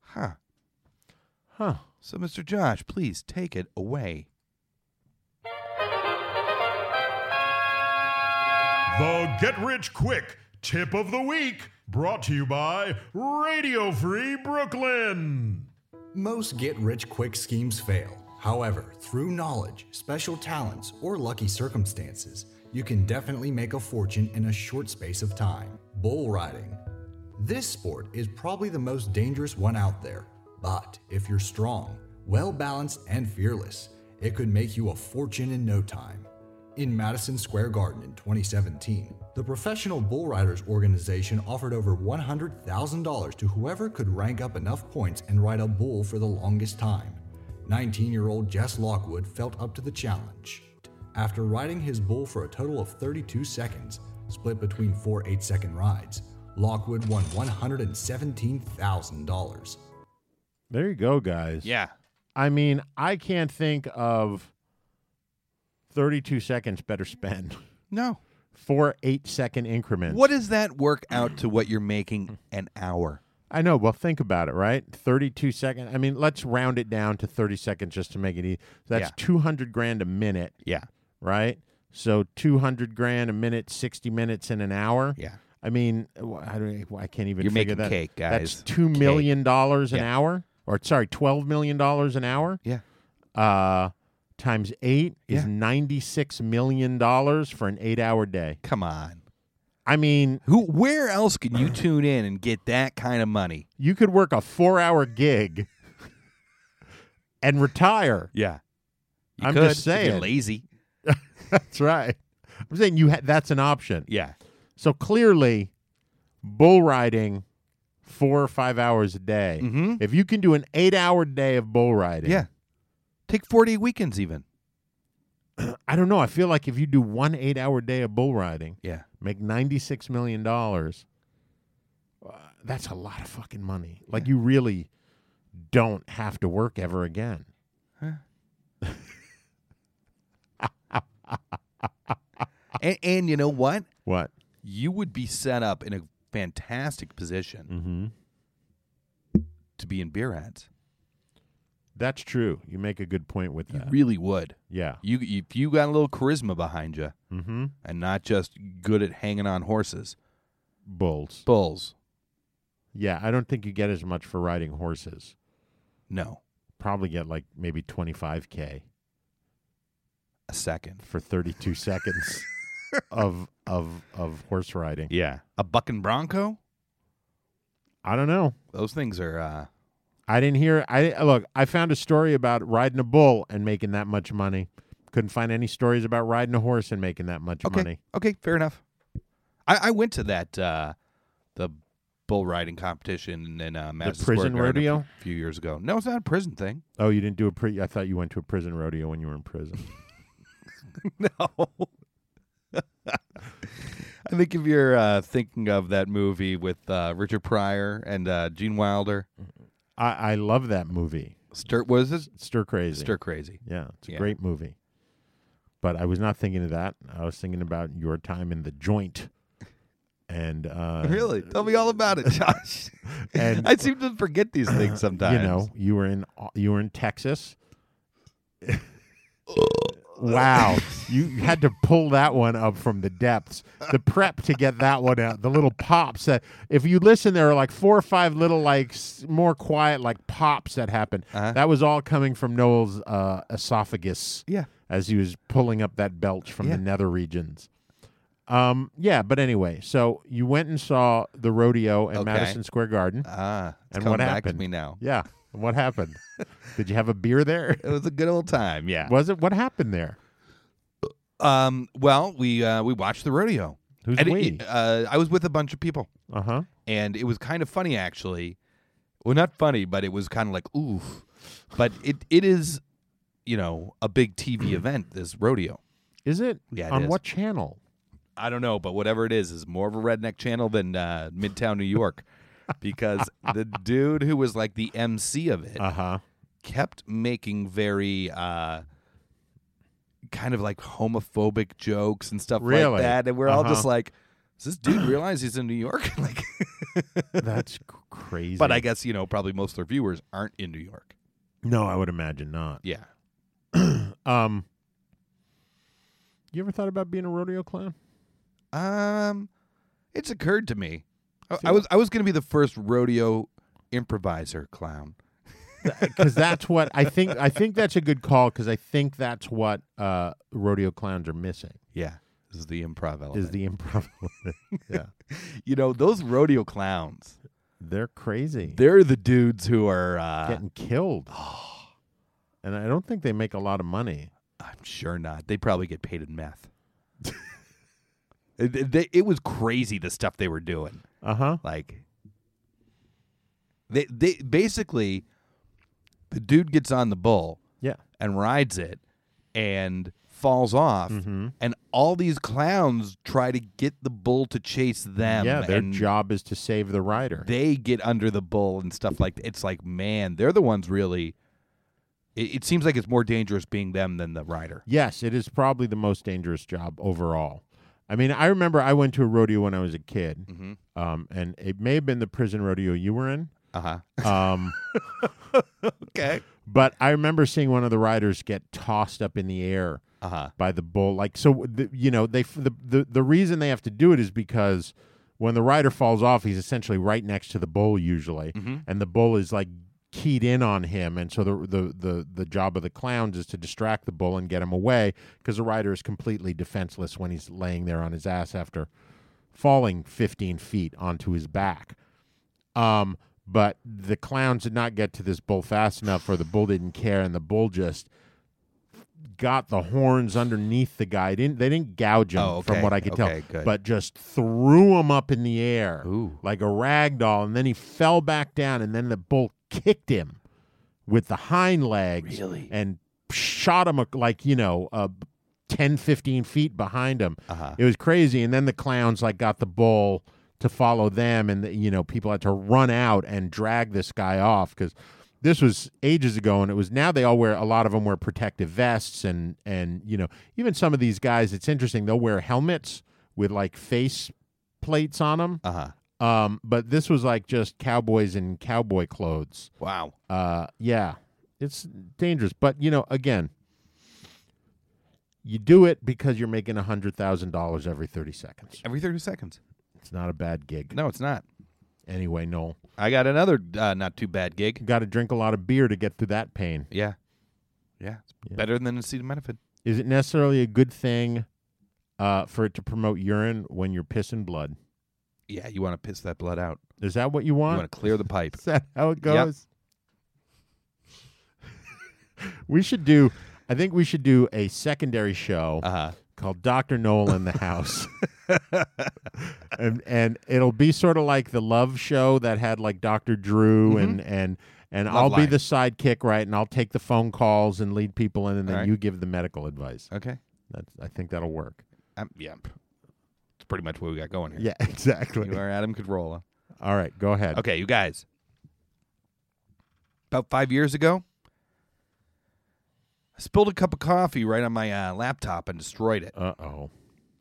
S7: Huh.
S6: Huh.
S7: So, Mr. Josh, please take it away.
S8: The Get Rich Quick Tip of the Week, brought to you by Radio Free Brooklyn.
S9: Most get rich quick schemes fail. However, through knowledge, special talents, or lucky circumstances, you can definitely make a fortune in a short space of time. Bull riding. This sport is probably the most dangerous one out there, but if you're strong, well balanced, and fearless, it could make you a fortune in no time. In Madison Square Garden in 2017, the Professional Bull Riders organization offered over $100,000 to whoever could rank up enough points and ride a bull for the longest time. 19 year old Jess Lockwood felt up to the challenge. After riding his bull for a total of 32 seconds, split between four 8 second rides, Lockwood won $117,000.
S6: There you go, guys.
S7: Yeah.
S6: I mean, I can't think of thirty-two seconds better spent.
S7: No.
S6: Four eight-second increments.
S7: What does that work out to what you're making an hour?
S6: I know. Well, think about it, right? 32 seconds. I mean, let's round it down to 30 seconds just to make it easy. That's
S7: Yeah.
S6: 200 grand a minute,
S7: Yeah.
S6: right? So 200 grand a minute, 60 minutes in an hour.
S7: Yeah.
S6: I mean, wh- I, don't, I can't even
S7: You're
S6: figure
S7: making
S6: that.
S7: cake,
S6: That's
S7: guys.
S6: two
S7: Cake.
S6: million dollars an
S7: Yeah.
S6: hour, or sorry, twelve million dollars an hour.
S7: Yeah.
S6: Uh, times eight is
S7: Yeah.
S6: ninety-six million dollars for an eight-hour day.
S7: Come on.
S6: I mean,
S7: Who where else can you tune in and get that kind of money?
S6: you could work a four-hour gig and retire.
S7: Yeah. You
S6: I'm
S7: could,
S6: just
S7: if
S6: saying.
S7: You're lazy.
S6: That's right. I'm saying you ha- that's an option.
S7: Yeah.
S6: So clearly, bull riding four or five hours a day.
S7: Mhm.
S6: If you can do an eight hour day of bull riding,
S7: Yeah. Take 40 weekends even.
S6: I don't know. I feel like if you do one eight hour day of bull riding,
S7: Yeah.
S6: make ninety six million dollars. uh, That's a lot of fucking money. Like you really don't have to work ever again.
S7: And, and you know what?
S6: What?
S7: You would be set up in a fantastic position to be in beer ads.
S6: That's true. You make a good point with
S7: You
S6: that.
S7: really would.
S6: yeah. Mm-hmm.
S7: You if you got a little charisma behind you, and not just good at hanging on horses,
S6: Bulls.
S7: bulls.
S6: Yeah, I don't think you get as much for riding horses.
S7: No,
S6: Probably get like maybe 25k
S7: a second.
S6: for 32 seconds of of of horse riding.
S7: Yeah, a bucking bronco.
S6: I don't know.
S7: Those things are. uh
S6: I didn't hear. I look. I found a story about riding a bull and making that much money. Couldn't find any stories about riding a horse and making that much
S7: Okay.
S6: money.
S7: Okay, fair enough. I, I went to that uh the bull riding competition in uh, Madison Square
S6: prison
S7: Garden a
S6: rodeo?
S7: f- few years ago. No, it's not a prison thing.
S6: Oh, you didn't do a pre. I thought you went to a prison rodeo when you were in prison.
S7: No. I think if you're uh, thinking of that movie with uh, Richard Pryor and uh, Gene Wilder,
S6: I, I love that movie.
S7: Stir was this
S6: Stir crazy.
S7: Stir Crazy?
S6: Yeah, it's a
S7: Yeah.
S6: great movie. But I was not thinking of that. I was thinking about your time in the joint. And uh,
S7: Really? Tell me all about it, Josh.
S6: And-
S7: I seem to forget these things sometimes.
S6: you know, you were in uh, you were in Texas. wow, you had to pull that one up from the depths. The prep to get that one out, the little pops that if you listen, there are like four or five little like s- more quiet like pops that happen.
S7: Uh-huh.
S6: That was all coming from Noel's uh, esophagus.
S7: Yeah.
S6: as he was pulling up that belch from
S7: Yeah.
S6: the nether regions. Um, yeah, but anyway, so you went and saw the rodeo in
S7: Okay.
S6: Madison Square Garden.
S7: Ah, it's
S6: And
S7: coming
S6: what
S7: back
S6: happened?
S7: to me now.
S6: Yeah. And What happened? Did you have a beer there?
S7: It was a good old time. Yeah.
S6: Was it? What happened there?
S7: Um. Well, we uh, we watched the rodeo.
S6: Who's
S7: And it-
S6: we?
S7: uh, I was with a bunch of people,
S6: Uh huh.
S7: and it was kind of funny actually. Well, not funny, but it was kind of like oof. But it it is, you know, a big TV event. This rodeo.
S6: Is it?
S7: Yeah, it
S6: On
S7: is.
S6: what channel?
S7: I don't know, but whatever it is, is more of a redneck channel than uh, Midtown New York, because the dude who was like the MC of it
S6: Uh huh.
S7: kept making very uh kind of like homophobic jokes and stuff
S6: Really?
S7: like that and we're all just
S6: Uh-huh.
S7: like does this dude realize he's in new york like
S6: That's c- crazy.
S7: but i guess you know probably most of their viewers aren't in new york
S6: no, I would imagine not.
S7: yeah
S6: Um. You ever thought about being a rodeo clown?
S7: um it's occurred to me I, I was i was gonna be the first rodeo improviser clown
S6: Because that's what I think. I think that's a good call. Because I think that's what uh, rodeo clowns are missing
S7: yeah this is the improv element
S6: is the improv. yeah,
S7: you know those rodeo clowns
S6: they're crazy.
S7: they're the dudes who are uh
S6: getting killed. And I don't think they make a lot of money.
S7: I'm sure not. They probably get paid in meth. it, it- they- it was crazy the stuff they were doing.
S6: Uh huh.
S7: Like they they basically the dude gets on the bull
S6: Yeah.
S7: and rides it and falls off
S6: Mm-hmm.
S7: and all these clowns try to get the bull to chase them
S6: yeah, their
S7: and
S6: job is to save the rider.
S7: they get under the bull and stuff like that. It's like, man, they're the ones really it, it seems like it's more dangerous being them than the rider.
S6: yes, it is probably the most dangerous job overall. I mean, I remember I went to a rodeo when I was a kid,
S7: Mm-hmm.
S6: um, and it may have been the prison rodeo you were in.
S7: Uh-huh.
S6: Um,
S7: Okay.
S6: but I remember seeing one of the riders get tossed up in the air
S7: Uh-huh.
S6: by the bull. Like so, the, you know, they f- the, the the reason they have to do it is because when the rider falls off, he's essentially right next to the bull usually, and the bull is like keyed in on him, and so the the the the job of the clowns is to distract the bull and get him away because the rider is completely defenseless when he's laying there on his ass after falling 15 feet onto his back. Um, but the clowns did not get to this bull fast enough, or the bull didn't care, and the bull just got the horns underneath the guy. Didn't they didn't gouge him
S7: Oh,
S6: from
S7: okay.
S6: what I could tell,
S7: Okay, good.
S6: but just threw him up in the air
S7: Ooh.
S6: like a rag doll, and then he fell back down, and then the bull kicked him with the hind legs
S7: Really?
S6: and shot him a, like you know uh, 10 15 feet behind him
S7: Uh-huh.
S6: it was crazy and then the clowns like got the bull to follow them and the, you know people had to run out and drag this guy off because this was ages ago, and it was now they all wear a lot of them wear protective vests, and and you know even some of these guys. It's interesting they'll wear helmets with like face plates on them.
S7: Uh huh.
S6: Um, but this was like just cowboys in cowboy clothes.
S7: Wow.
S6: Uh, yeah, it's dangerous. But you know, again, you do it because you're making a hundred thousand dollars every thirty seconds.
S7: Every 30 seconds.
S6: It's not a bad gig.
S7: No, it's not.
S6: Anyway, Noel,
S7: I got another uh, not too bad gig.
S6: got to drink a lot of beer to get through that pain.
S7: Yeah. Yeah. It's better than acetaminophen.
S6: Is it necessarily a good thing uh, for it to promote urine when you're pissing blood?
S7: Yeah, you want to piss that blood out.
S6: Is that what you
S7: You
S6: want?
S7: want to clear the pipe.
S6: Is that how it
S7: Yep.
S6: goes? we should do. I think we should do a secondary show
S7: Uh-huh.
S6: called Doctor Noel in the House, and and it'll be sort of like the love show that had like Doctor Drew
S7: Mm-hmm.
S6: and and and I'll be
S7: Line.
S6: the sidekick, right? And I'll take the phone calls and lead people in, and then
S7: All right.
S6: you give the medical advice.
S7: Okay.
S6: That's, I think that'll work.
S7: Um, yeah. It's pretty much what we got going here.
S6: Yeah, exactly.
S7: You are Adam Cadrola.
S6: All right, go ahead.
S7: Okay, you guys. About five years ago, I spilled a cup of coffee right on my uh, laptop and destroyed it.
S6: Uh oh.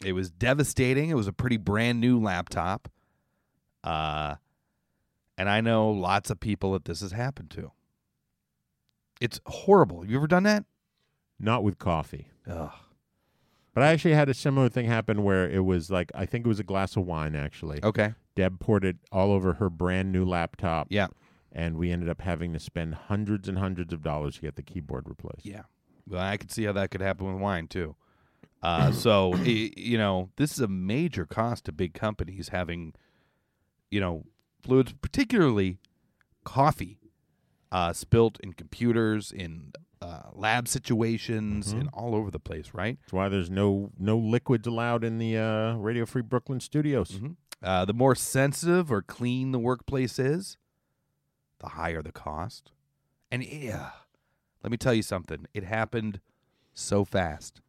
S7: It was devastating. It was a pretty brand new laptop. Uh, and I know lots of people that this has happened to. It's horrible. Have you ever done that?
S6: Not with coffee.
S7: Ugh.
S6: But I actually had a similar thing happen where it was like I think it was a glass of wine actually.
S7: Okay.
S6: Deb poured it all over her brand new laptop.
S7: Yeah.
S6: And we ended up having to spend hundreds and hundreds of dollars to get the keyboard replaced.
S7: Yeah. Well, I could see how that could happen with wine too. Uh, so i you know, this is a major cost to big companies having, you know, fluids, particularly coffee, uh, spilt in computers, in uh, lab situations, and all over the place, right?
S6: That's why there's no no liquids allowed in the uh, Radio Free Brooklyn studios.
S7: Uh, the more sensitive or clean the workplace is, the higher the cost. And yeah, let me tell you something. It happened so fast.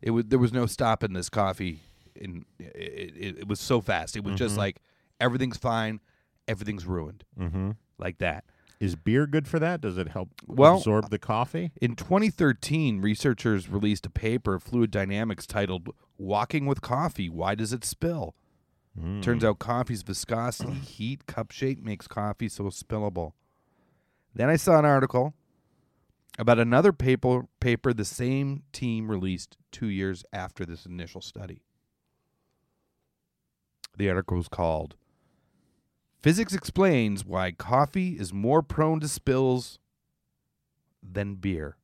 S7: It was there was no stopping this coffee. In it, it, it was so fast. It was just like everything's fine, everything's ruined,
S6: Mm-hmm.
S7: like that.
S6: Is beer good for that? Does it help
S7: Well, uh,
S6: absorb the coffee?
S7: In 2013, researchers released a paper, Fluid Dynamics, titled Walking with Coffee Why Does It Spill? Turns out coffee's viscosity, heat, cup shape makes coffee so spillable. Then I saw an article about another paper, paper the same team released two years after this initial study. The article was called Physics Explains Why Coffee is More Prone to Spills Than Beer.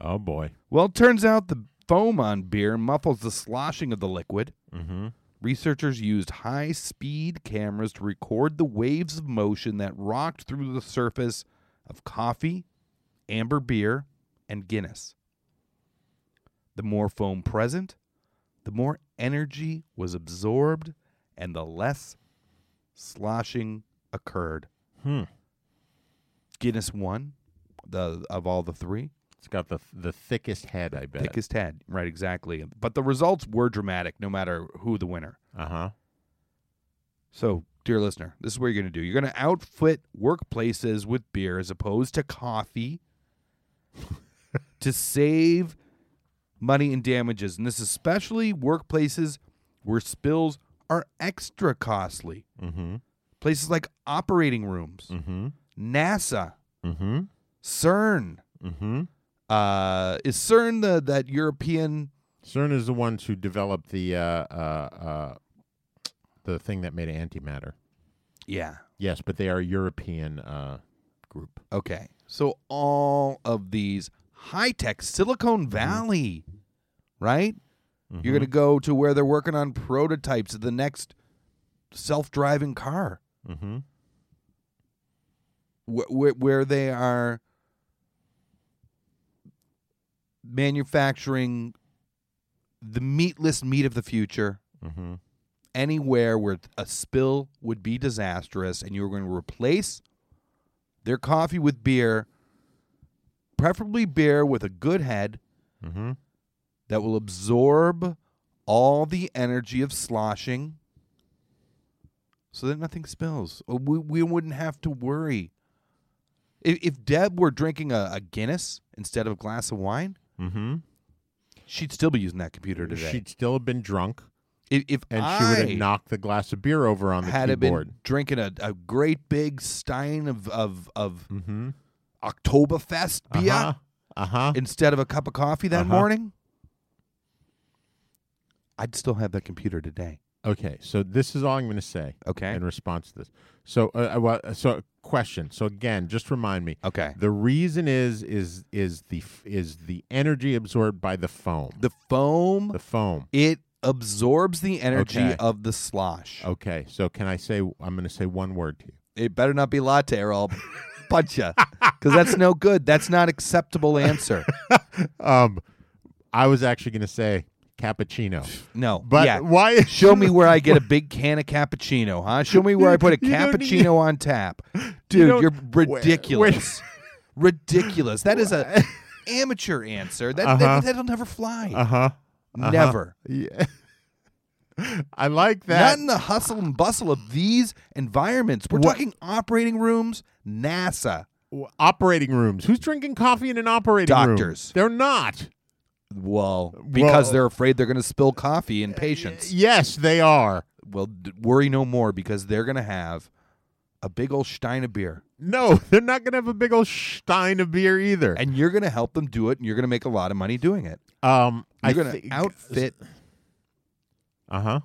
S6: Oh boy.
S7: Well, it turns out the foam on beer muffles the sloshing of the liquid.
S6: Mm-hmm.
S7: Researchers used high speed cameras to record the waves of motion that rocked through the surface of coffee, amber beer, and Guinness. The more foam present, the more energy was absorbed and the less sloshing occurred.
S6: Hmm.
S7: Guinness won the of all the three.
S6: It's got the the thickest head, I bet.
S7: Thickest head. Right, exactly. But the results were dramatic no matter who the winner.
S6: Uh huh.
S7: So, dear listener, this is what you're going to do. You're going to outfit workplaces with beer as opposed to coffee to save money and damages. And this is especially workplaces where spills are extra costly.
S6: Mm-hmm.
S7: Places like operating rooms,
S6: Mm-hmm.
S7: NASA,
S6: Mm-hmm.
S7: CERN.
S6: Mm-hmm.
S7: Uh, is CERN the that European?
S6: CERN is the ones who developed the uh, uh, uh, the thing that made antimatter.
S7: Yeah.
S6: Yes, but they are a European uh, group.
S7: Okay. So all of these high tech Silicon Valley, right? You're going to go to where they're working on prototypes of the next self driving car,
S6: Mm-hmm.
S7: wh- wh- where they are manufacturing the meatless meat of the future.
S6: Mm-hmm.
S7: anywhere where a spill would be disastrous and you were going to replace their coffee with beer, preferably beer with a good head
S6: Mm-hmm.
S7: that will absorb all the energy of sloshing so that nothing spills. Uh, We, we wouldn't have to worry If, if Deb were drinking a, a Guinness instead of a glass of wine, she'd still be using that computer today.
S6: Mm-hmm. She'd still have been drunk,
S7: if if
S6: and
S7: I
S6: she would have knocked the glass of beer over on the
S7: had have
S6: keyboard.
S7: been drinking a, a great big stein of of of
S6: Mm-hmm.
S7: Oktoberfest beer
S6: Uh huh.
S7: instead of a cup of coffee that
S6: Uh-huh.
S7: morning, I'd still have that computer today.
S6: Okay, so this is all I'm going to say.
S7: Okay.
S6: In response to this, so uh, uh, well, uh, so question. So again, just remind me.
S7: Okay.
S6: The reason is is is the f- is the energy absorbed by the foam.
S7: The foam,
S6: the foam.
S7: it absorbs the energy
S6: Okay. Oh.
S7: of the slosh.
S6: Okay, so can I say I'm going to say one word to you?
S7: It better not be latte or I'll punch you. Because that's no good. That's not acceptable answer.
S6: Um, I was actually going to say cappuccino,
S7: No.
S6: but
S7: yeah.
S6: why?
S7: Show me where I get a big can of cappuccino, huh? Show me where I put a
S6: You don't need-
S7: cappuccino on tap. Dude,
S6: don't-
S7: you are
S6: Wait, wait.
S7: ridiculous. ridiculous. That is a amateur answer. That,
S6: Uh-huh.
S7: that that'll never fly.
S6: Uh huh.
S7: Never.
S6: Yeah. I like
S7: Not
S6: that.
S7: in the hustle and bustle of these environments. We're
S6: What-
S7: talking operating rooms, NASA.
S6: W- operating rooms. Who's drinking coffee in an operating room?
S7: Doctors.
S6: They're not.
S7: Well, because
S6: Well-
S7: they're afraid they're going to spill coffee in patients.
S6: Yes, they are.
S7: Well, d- worry no more because they're going to have a big old stein of beer.
S6: No, they're not going to have a big old stein of beer either.
S7: And you're going to help them do it and you're going to make a lot of money doing it.
S6: um,
S7: You're
S6: I
S7: going to
S6: think-
S7: outfit
S6: Uh huh.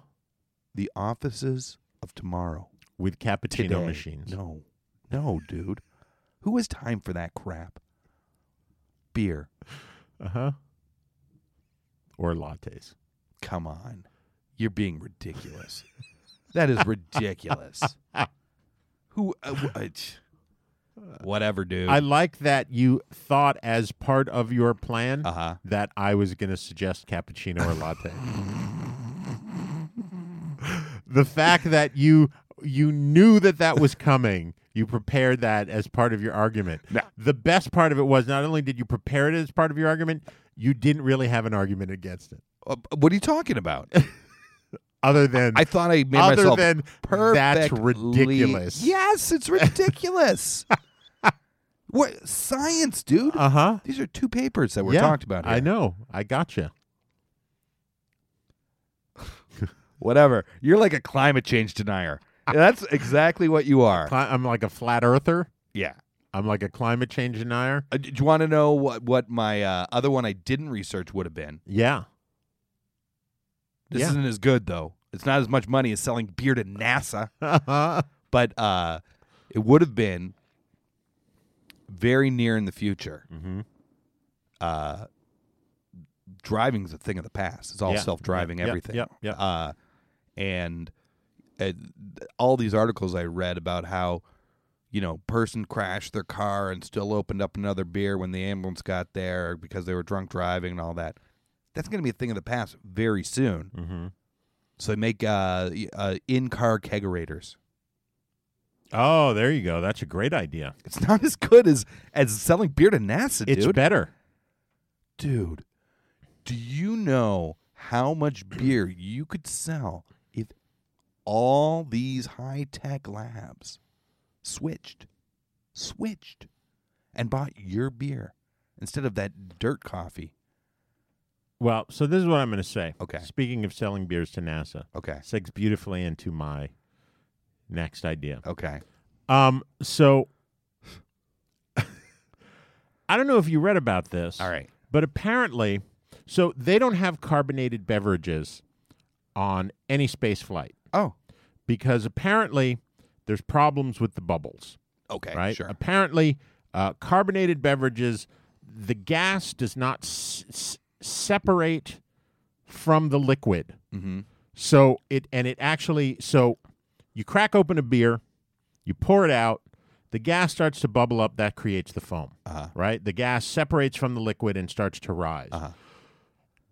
S7: the offices of tomorrow.
S6: With cappuccino
S7: Today.
S6: machines.
S7: No. No, dude. Who has time for that crap? Beer.
S6: Uh huh. Or lattes.
S7: Come on. You're being ridiculous. that is ridiculous. Who uh, wh- uh, tch. whatever, dude.
S6: I like that you thought as part of your plan
S7: Uh-huh.
S6: that I was going to suggest cappuccino or latte. the fact that you you knew that that was coming, you prepared that as part of your argument. The best part of it was not only did you prepare it as part of your argument, you didn't really have an argument against it,
S7: Uh, what are you talking about?
S6: other than
S7: I thought I made
S6: Other
S7: myself
S6: than, "That's
S7: perfectly-
S6: ridiculous."
S7: Yes, it's ridiculous. what science, dude?
S6: uh huh.
S7: These are two papers that were
S6: yeah,
S7: talked about. Here.
S6: I know. I gotcha.
S7: Whatever. You're like a climate change denier. That's exactly what you are.
S6: Cli- I'm like a flat earther.
S7: Yeah.
S6: I'm like a climate change denier.
S7: Uh, do you want to know what what my uh, other one I didn't research would have been?
S6: Yeah.
S7: This
S6: Yeah.
S7: isn't as good though. It's not as much money as selling beer to NASA,
S6: Uh-huh.
S7: but uh, it would have been very near in the future. Mm-hmm. Uh, driving's a thing of the past. It's all
S6: Yeah.
S7: self-driving
S6: Yep, yep,
S7: everything.
S6: yep, yep.
S7: Uh, and uh, th- all these articles I read about how you know person crashed their car and still opened up another beer when the ambulance got there because they were drunk driving and all that. That's going to be a thing of the past very soon. Mm-hmm. So they make uh, y- uh, in-car kegerators.
S6: Oh, there you go. That's a great idea.
S7: It's not as good as as selling beer to NASA,
S6: It's
S7: dude.
S6: better.
S7: dude, do you know how much beer you could sell if all these high tech labs switched, switched, and bought your beer instead of that dirt coffee?
S6: Well, so this is what I'm going to say.
S7: Okay.
S6: Speaking of selling beers to NASA,
S7: Okay.
S6: segs beautifully into my next idea.
S7: Okay.
S6: Um, so I don't know if you read about this.
S7: All right.
S6: But apparently, so they don't have carbonated beverages on any space flight
S7: Oh.
S6: because apparently there's problems with the bubbles.
S7: Okay.
S6: right?
S7: Sure.
S6: Apparently, uh, carbonated beverages, the gas does not s- s- separate from the liquid.
S7: Mm-hmm.
S6: So it and it actually so you crack open a beer, you pour it out, the gas starts to bubble up. That creates the foam,
S7: Uh-huh.
S6: right? The gas separates from the liquid and starts to rise.
S7: Uh-huh.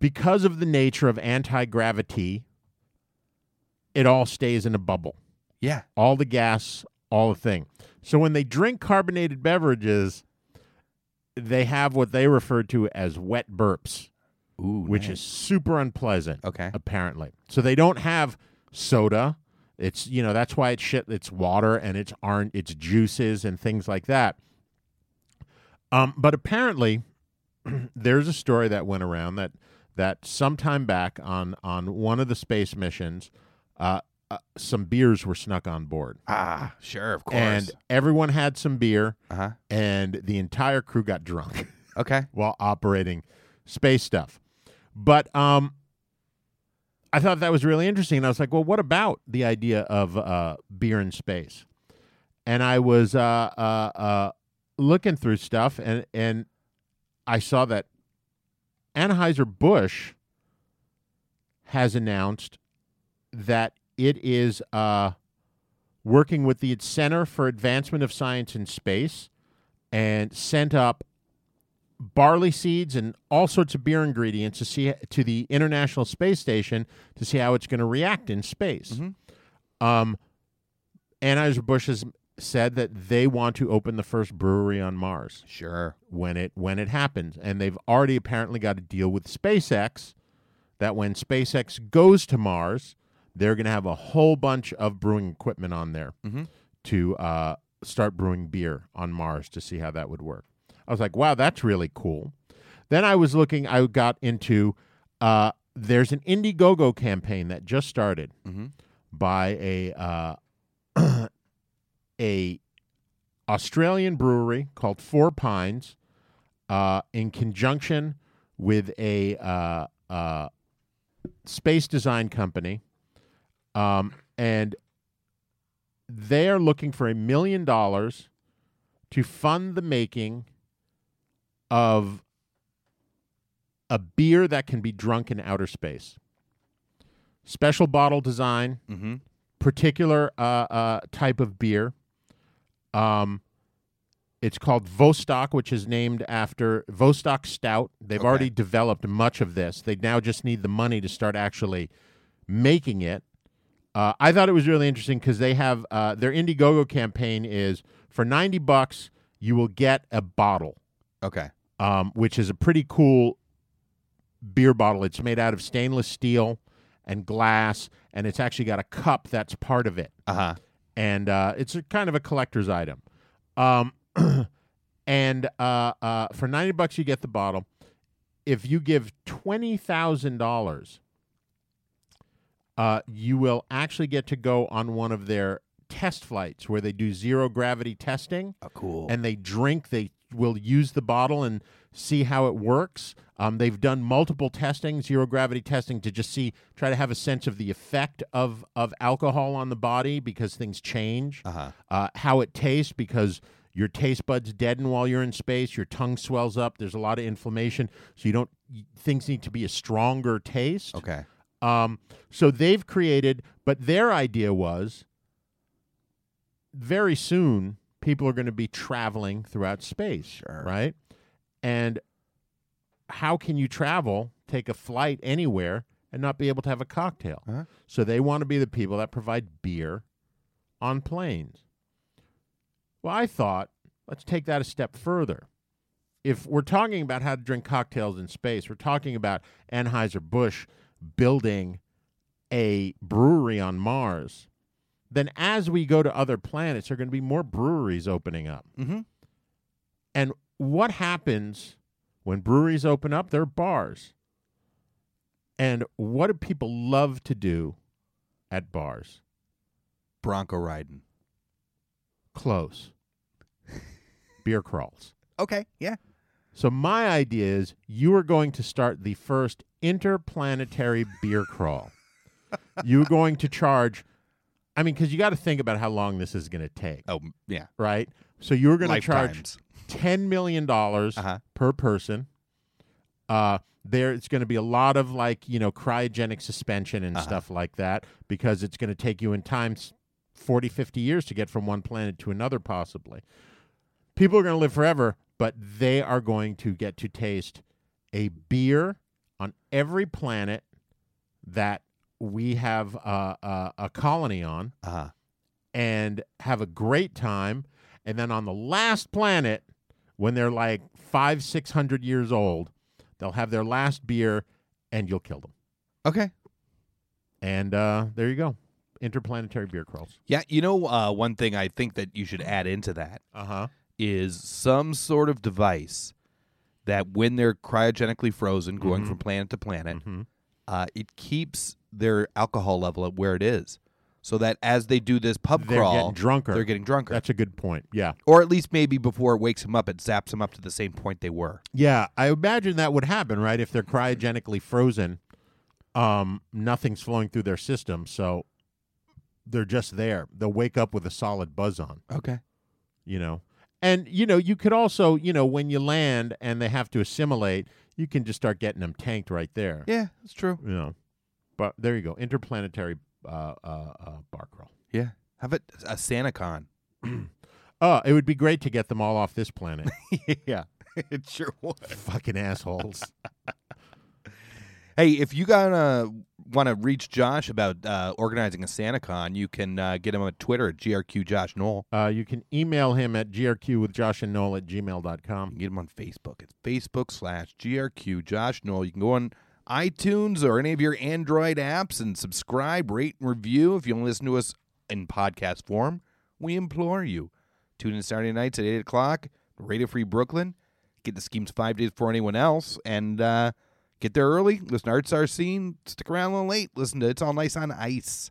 S6: Because of the nature of anti gravity, it all stays in a bubble
S7: Yeah.
S6: all the gas, all the thing. So when they drink carbonated beverages, they have what they refer to as wet burps,
S7: Ooh.
S6: which is super unpleasant.
S7: Okay.
S6: Apparently. So they don't have soda. It's you know, that's why it's shit it's water and it's orange it's juices and things like that. Um, but apparently, there's a story that went around that that sometime back on on one of the space missions, uh, uh, some beers were snuck on board,
S7: Ah, sure, of course.
S6: and everyone had some beer,
S7: uh-huh.
S6: and the entire crew got drunk
S7: Okay.
S6: while operating space stuff. But um, I thought that was really interesting. And I was like, well, what about the idea of uh, beer in space? And I was uh, uh, uh, looking through stuff, and and I saw that Anheuser Busch has announced that it is uh, working with the Center for Advancement of Science in Space and sent up barley seeds and all sorts of beer ingredients to see to the International Space Station to see how it's going to react in space. Um, Anheuser Busch has said that they want to open the first brewery on Mars
S7: Sure.
S6: when it when it happens, and they've already apparently got a deal with SpaceX that when SpaceX goes to Mars, they're going to have a whole bunch of brewing equipment on there to uh, start brewing beer on Mars to see how that would work. I was like, wow, that's really cool. Then I was looking, I got into uh, there's an Indiegogo campaign that just started by a uh, a Australian brewery called Four Pines uh, in conjunction with a uh, uh, space design company. Um, and they are looking for a million dollars to fund the making of a beer that can be drunk in outer space. Special bottle design,
S7: Mhm.
S6: particular uh, uh, type of beer. Um, it's called Vostok, which is named after Vostok Stout. They've
S7: Okay.
S6: already developed much of this. They now just need the money to start actually making it. Uh, I thought it was really interesting because they have uh, their Indiegogo campaign is for ninety bucks you will get a bottle,
S7: Okay.
S6: um, which is a pretty cool beer bottle. It's made out of stainless steel and glass, and it's actually got a cup that's part of it
S7: Uh huh.
S6: and uh, it's a kind of a collector's item. Um, and uh, uh, for ninety bucks, you get the bottle. If you give twenty thousand dollars, uh, you will actually get to go on one of their test flights where they do zero gravity testing
S7: Oh, cool.
S6: and they drink. They will use the bottle and see how it works. Um, they've done multiple testing, zero gravity testing, to just see, try to have a sense of the effect of of alcohol on the body because things change.
S7: Uh-huh.
S6: Uh, how it tastes because your taste buds deaden while you're in space. Your tongue swells up. There's a lot of inflammation, so you don't. y- Things need to be a stronger taste.
S7: okay.
S6: Um, so they've created, but their idea was very soon people are going to be traveling throughout space, right? And how can you travel, take a flight anywhere, and not be able to have a cocktail?
S7: Huh?
S6: So they want to be the people that provide beer on planes. Well, I thought, let's take that a step further. If we're talking about how to drink cocktails in space, we're talking about Anheuser-Busch building a brewery on Mars, then as we go to other planets, there are going to be more breweries opening up.
S7: Mhm.
S6: And what happens when breweries open up? They're bars. And what do people love to do at bars?
S7: Bronco riding.
S6: Close. Beer crawls.
S7: Okay. Yeah.
S6: So my idea is you are going to start the first interplanetary beer crawl. You're going to charge I mean cuz you got to think about how long this is going to take,
S7: Oh, m- yeah.
S6: right? So you're going to charge
S7: Lifetimes.
S6: 10 million dollars
S7: Uh-huh.
S6: per person. Uh there it's going to be a lot of like, you know, cryogenic suspension and stuff like that because it's going to take you in time s- 40 50 years to get from one planet to another possibly people are going to live forever, but they are going to get to taste a beer on every planet that we have uh, uh, a colony on
S7: Uh-huh.
S6: and have a great time. And then on the last planet, when they're like five, six hundred years old, they'll have their last beer and you'll kill them.
S7: Okay.
S6: And uh, there you go. Interplanetary beer crawls.
S7: Yeah. You know, uh, one thing I think that you should add into that
S6: Uh huh.
S7: is some sort of device that when they're cryogenically frozen, going from planet to planet, uh, it keeps their alcohol level at where it is. So that as they do this pub
S6: They're
S7: crawl,
S6: getting drunker.
S7: They're getting drunker,
S6: That's a good point. Yeah.
S7: or at least maybe before it wakes them up, it zaps them up to the same point they were.
S6: Yeah, I imagine that would happen, right? If they're cryogenically frozen, um, nothing's flowing through their system, so they're just there. They'll wake up with a solid buzz on,
S7: Okay.
S6: you know. And you know, you could also, you know, when you land and they have to assimilate, you can just start getting them tanked right there.
S7: Yeah, that's true.
S6: You know. But there you go, interplanetary uh, uh, uh, bar crawl.
S7: Yeah. Have a, a SantaCon.
S6: Oh, it would be great to get them all off this planet.
S7: yeah, it sure would.
S6: Fucking assholes.
S7: Hey, if you gonna want to reach Josh about uh, organizing a SantaCon, you can uh, get him on Twitter at grq Josh Knoll.
S6: Uh, you can email him at grq with Josh and Noel at gmail.com.
S7: You can get him on Facebook. It's Facebook slash grq Josh Knoll. You can go on iTunes or any of your Android apps and subscribe, rate, and review. If you want to listen to us in podcast form, we implore you. Tune in Saturday nights at eight o'clock. Radio Free Brooklyn. Get the schemes five days before anyone else, and uh, get there early. Listen to Arts Our Scene. Stick around a little late. Listen to It's All Nice on Ice.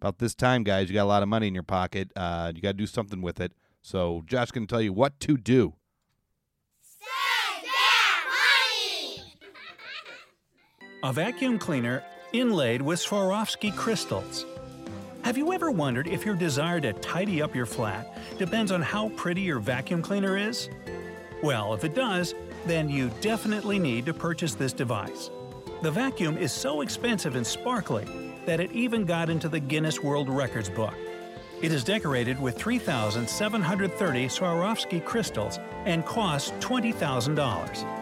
S7: About this time, guys, you got a lot of money in your pocket. Uh, you got to do something with it. So Josh can tell you what to do.
S10: A vacuum cleaner inlaid with Swarovski crystals. Have you ever wondered if your desire to tidy up your flat depends on how pretty your vacuum cleaner is? Well, if it does, then you definitely need to purchase this device. The vacuum is so expensive and sparkly that it even got into the Guinness World Records book. It is decorated with 3,730 Swarovski crystals and costs $20,000.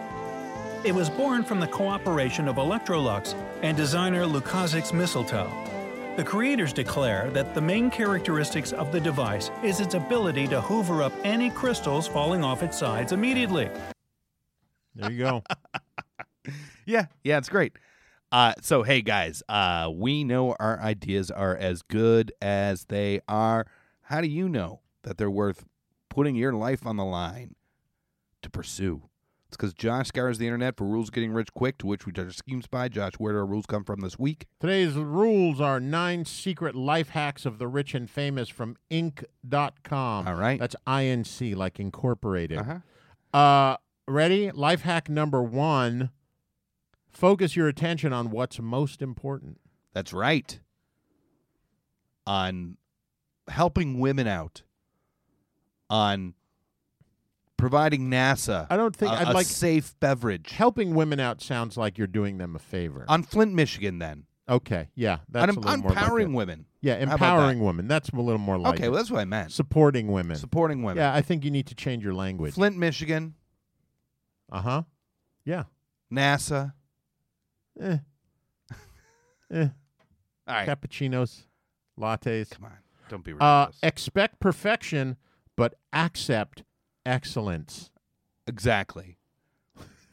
S10: It was born from the cooperation of Electrolux and designer Lukaszik's mistletoe. The creators declare that the main characteristics of the device is its ability to hoover up any crystals falling off its sides immediately.
S6: There you go.
S7: Yeah, yeah, it's great. Uh, so hey guys, uh, we know our ideas are as good as they are. How do you know that they're worth putting your life on the line to pursue? It's because Josh scours the internet for rules getting rich quick, to which we judge our schemes by. Josh, where do our rules come from this week?
S6: Today's rules are nine secret life hacks of the rich and famous from Inc.com.
S7: All right.
S6: That's INC, like incorporated. Uh-huh. ready? Life hack number one focus your attention on what's most important.
S7: That's right. On helping women out. On providing NASA.
S6: I don't think
S7: a-
S6: I'd
S7: a
S6: like-
S7: safe beverage.
S6: Helping women out sounds like you're doing them a favor.
S7: on Flint, Michigan. Then
S6: okay. Yeah. That's
S7: on
S6: a little
S7: empowering
S6: more like it.
S7: women.
S6: Yeah.
S7: How about
S6: Empowering women. That's a little more
S7: that?
S6: like
S7: okay,
S6: it.
S7: well that's what I meant.
S6: supporting women.
S7: Supporting women.
S6: Yeah. I think you need to change your language.
S7: Flint, Michigan.
S6: Uh huh. Yeah.
S7: NASA.
S6: Eh. eh.
S7: All right,
S6: cappuccinos, lattes.
S7: come on, don't be
S6: Uh,
S7: ridiculous.
S6: expect perfection, but accept excellence.
S7: exactly.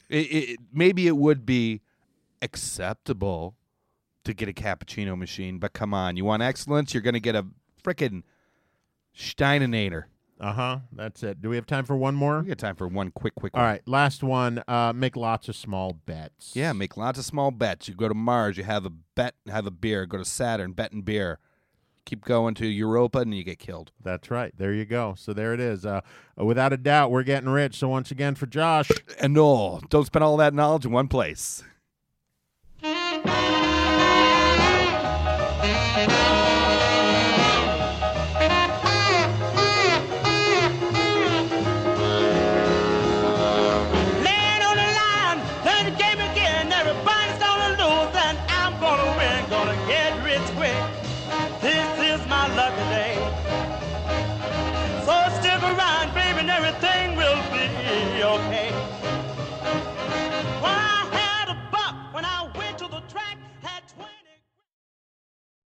S7: It, it, it- maybe it would be acceptable to get a cappuccino machine, but come on, you want excellence, you're going to get a frickin' Steininator.
S6: Uh huh. That's it. Do we have time for one more?
S7: We got time for one quick, quick.
S6: All
S7: one.
S6: right. Last one. Uh, make lots of small bets.
S7: Yeah, make lots of small bets. You go to Mars, you have a bet, have a beer. Go to Saturn, bet and beer. Keep going to Europa, and you get killed.
S6: That's right. There you go. So there it is. Uh, without a doubt, we're getting rich. So once again, for Josh.
S7: And no, don't spend all that knowledge in one place.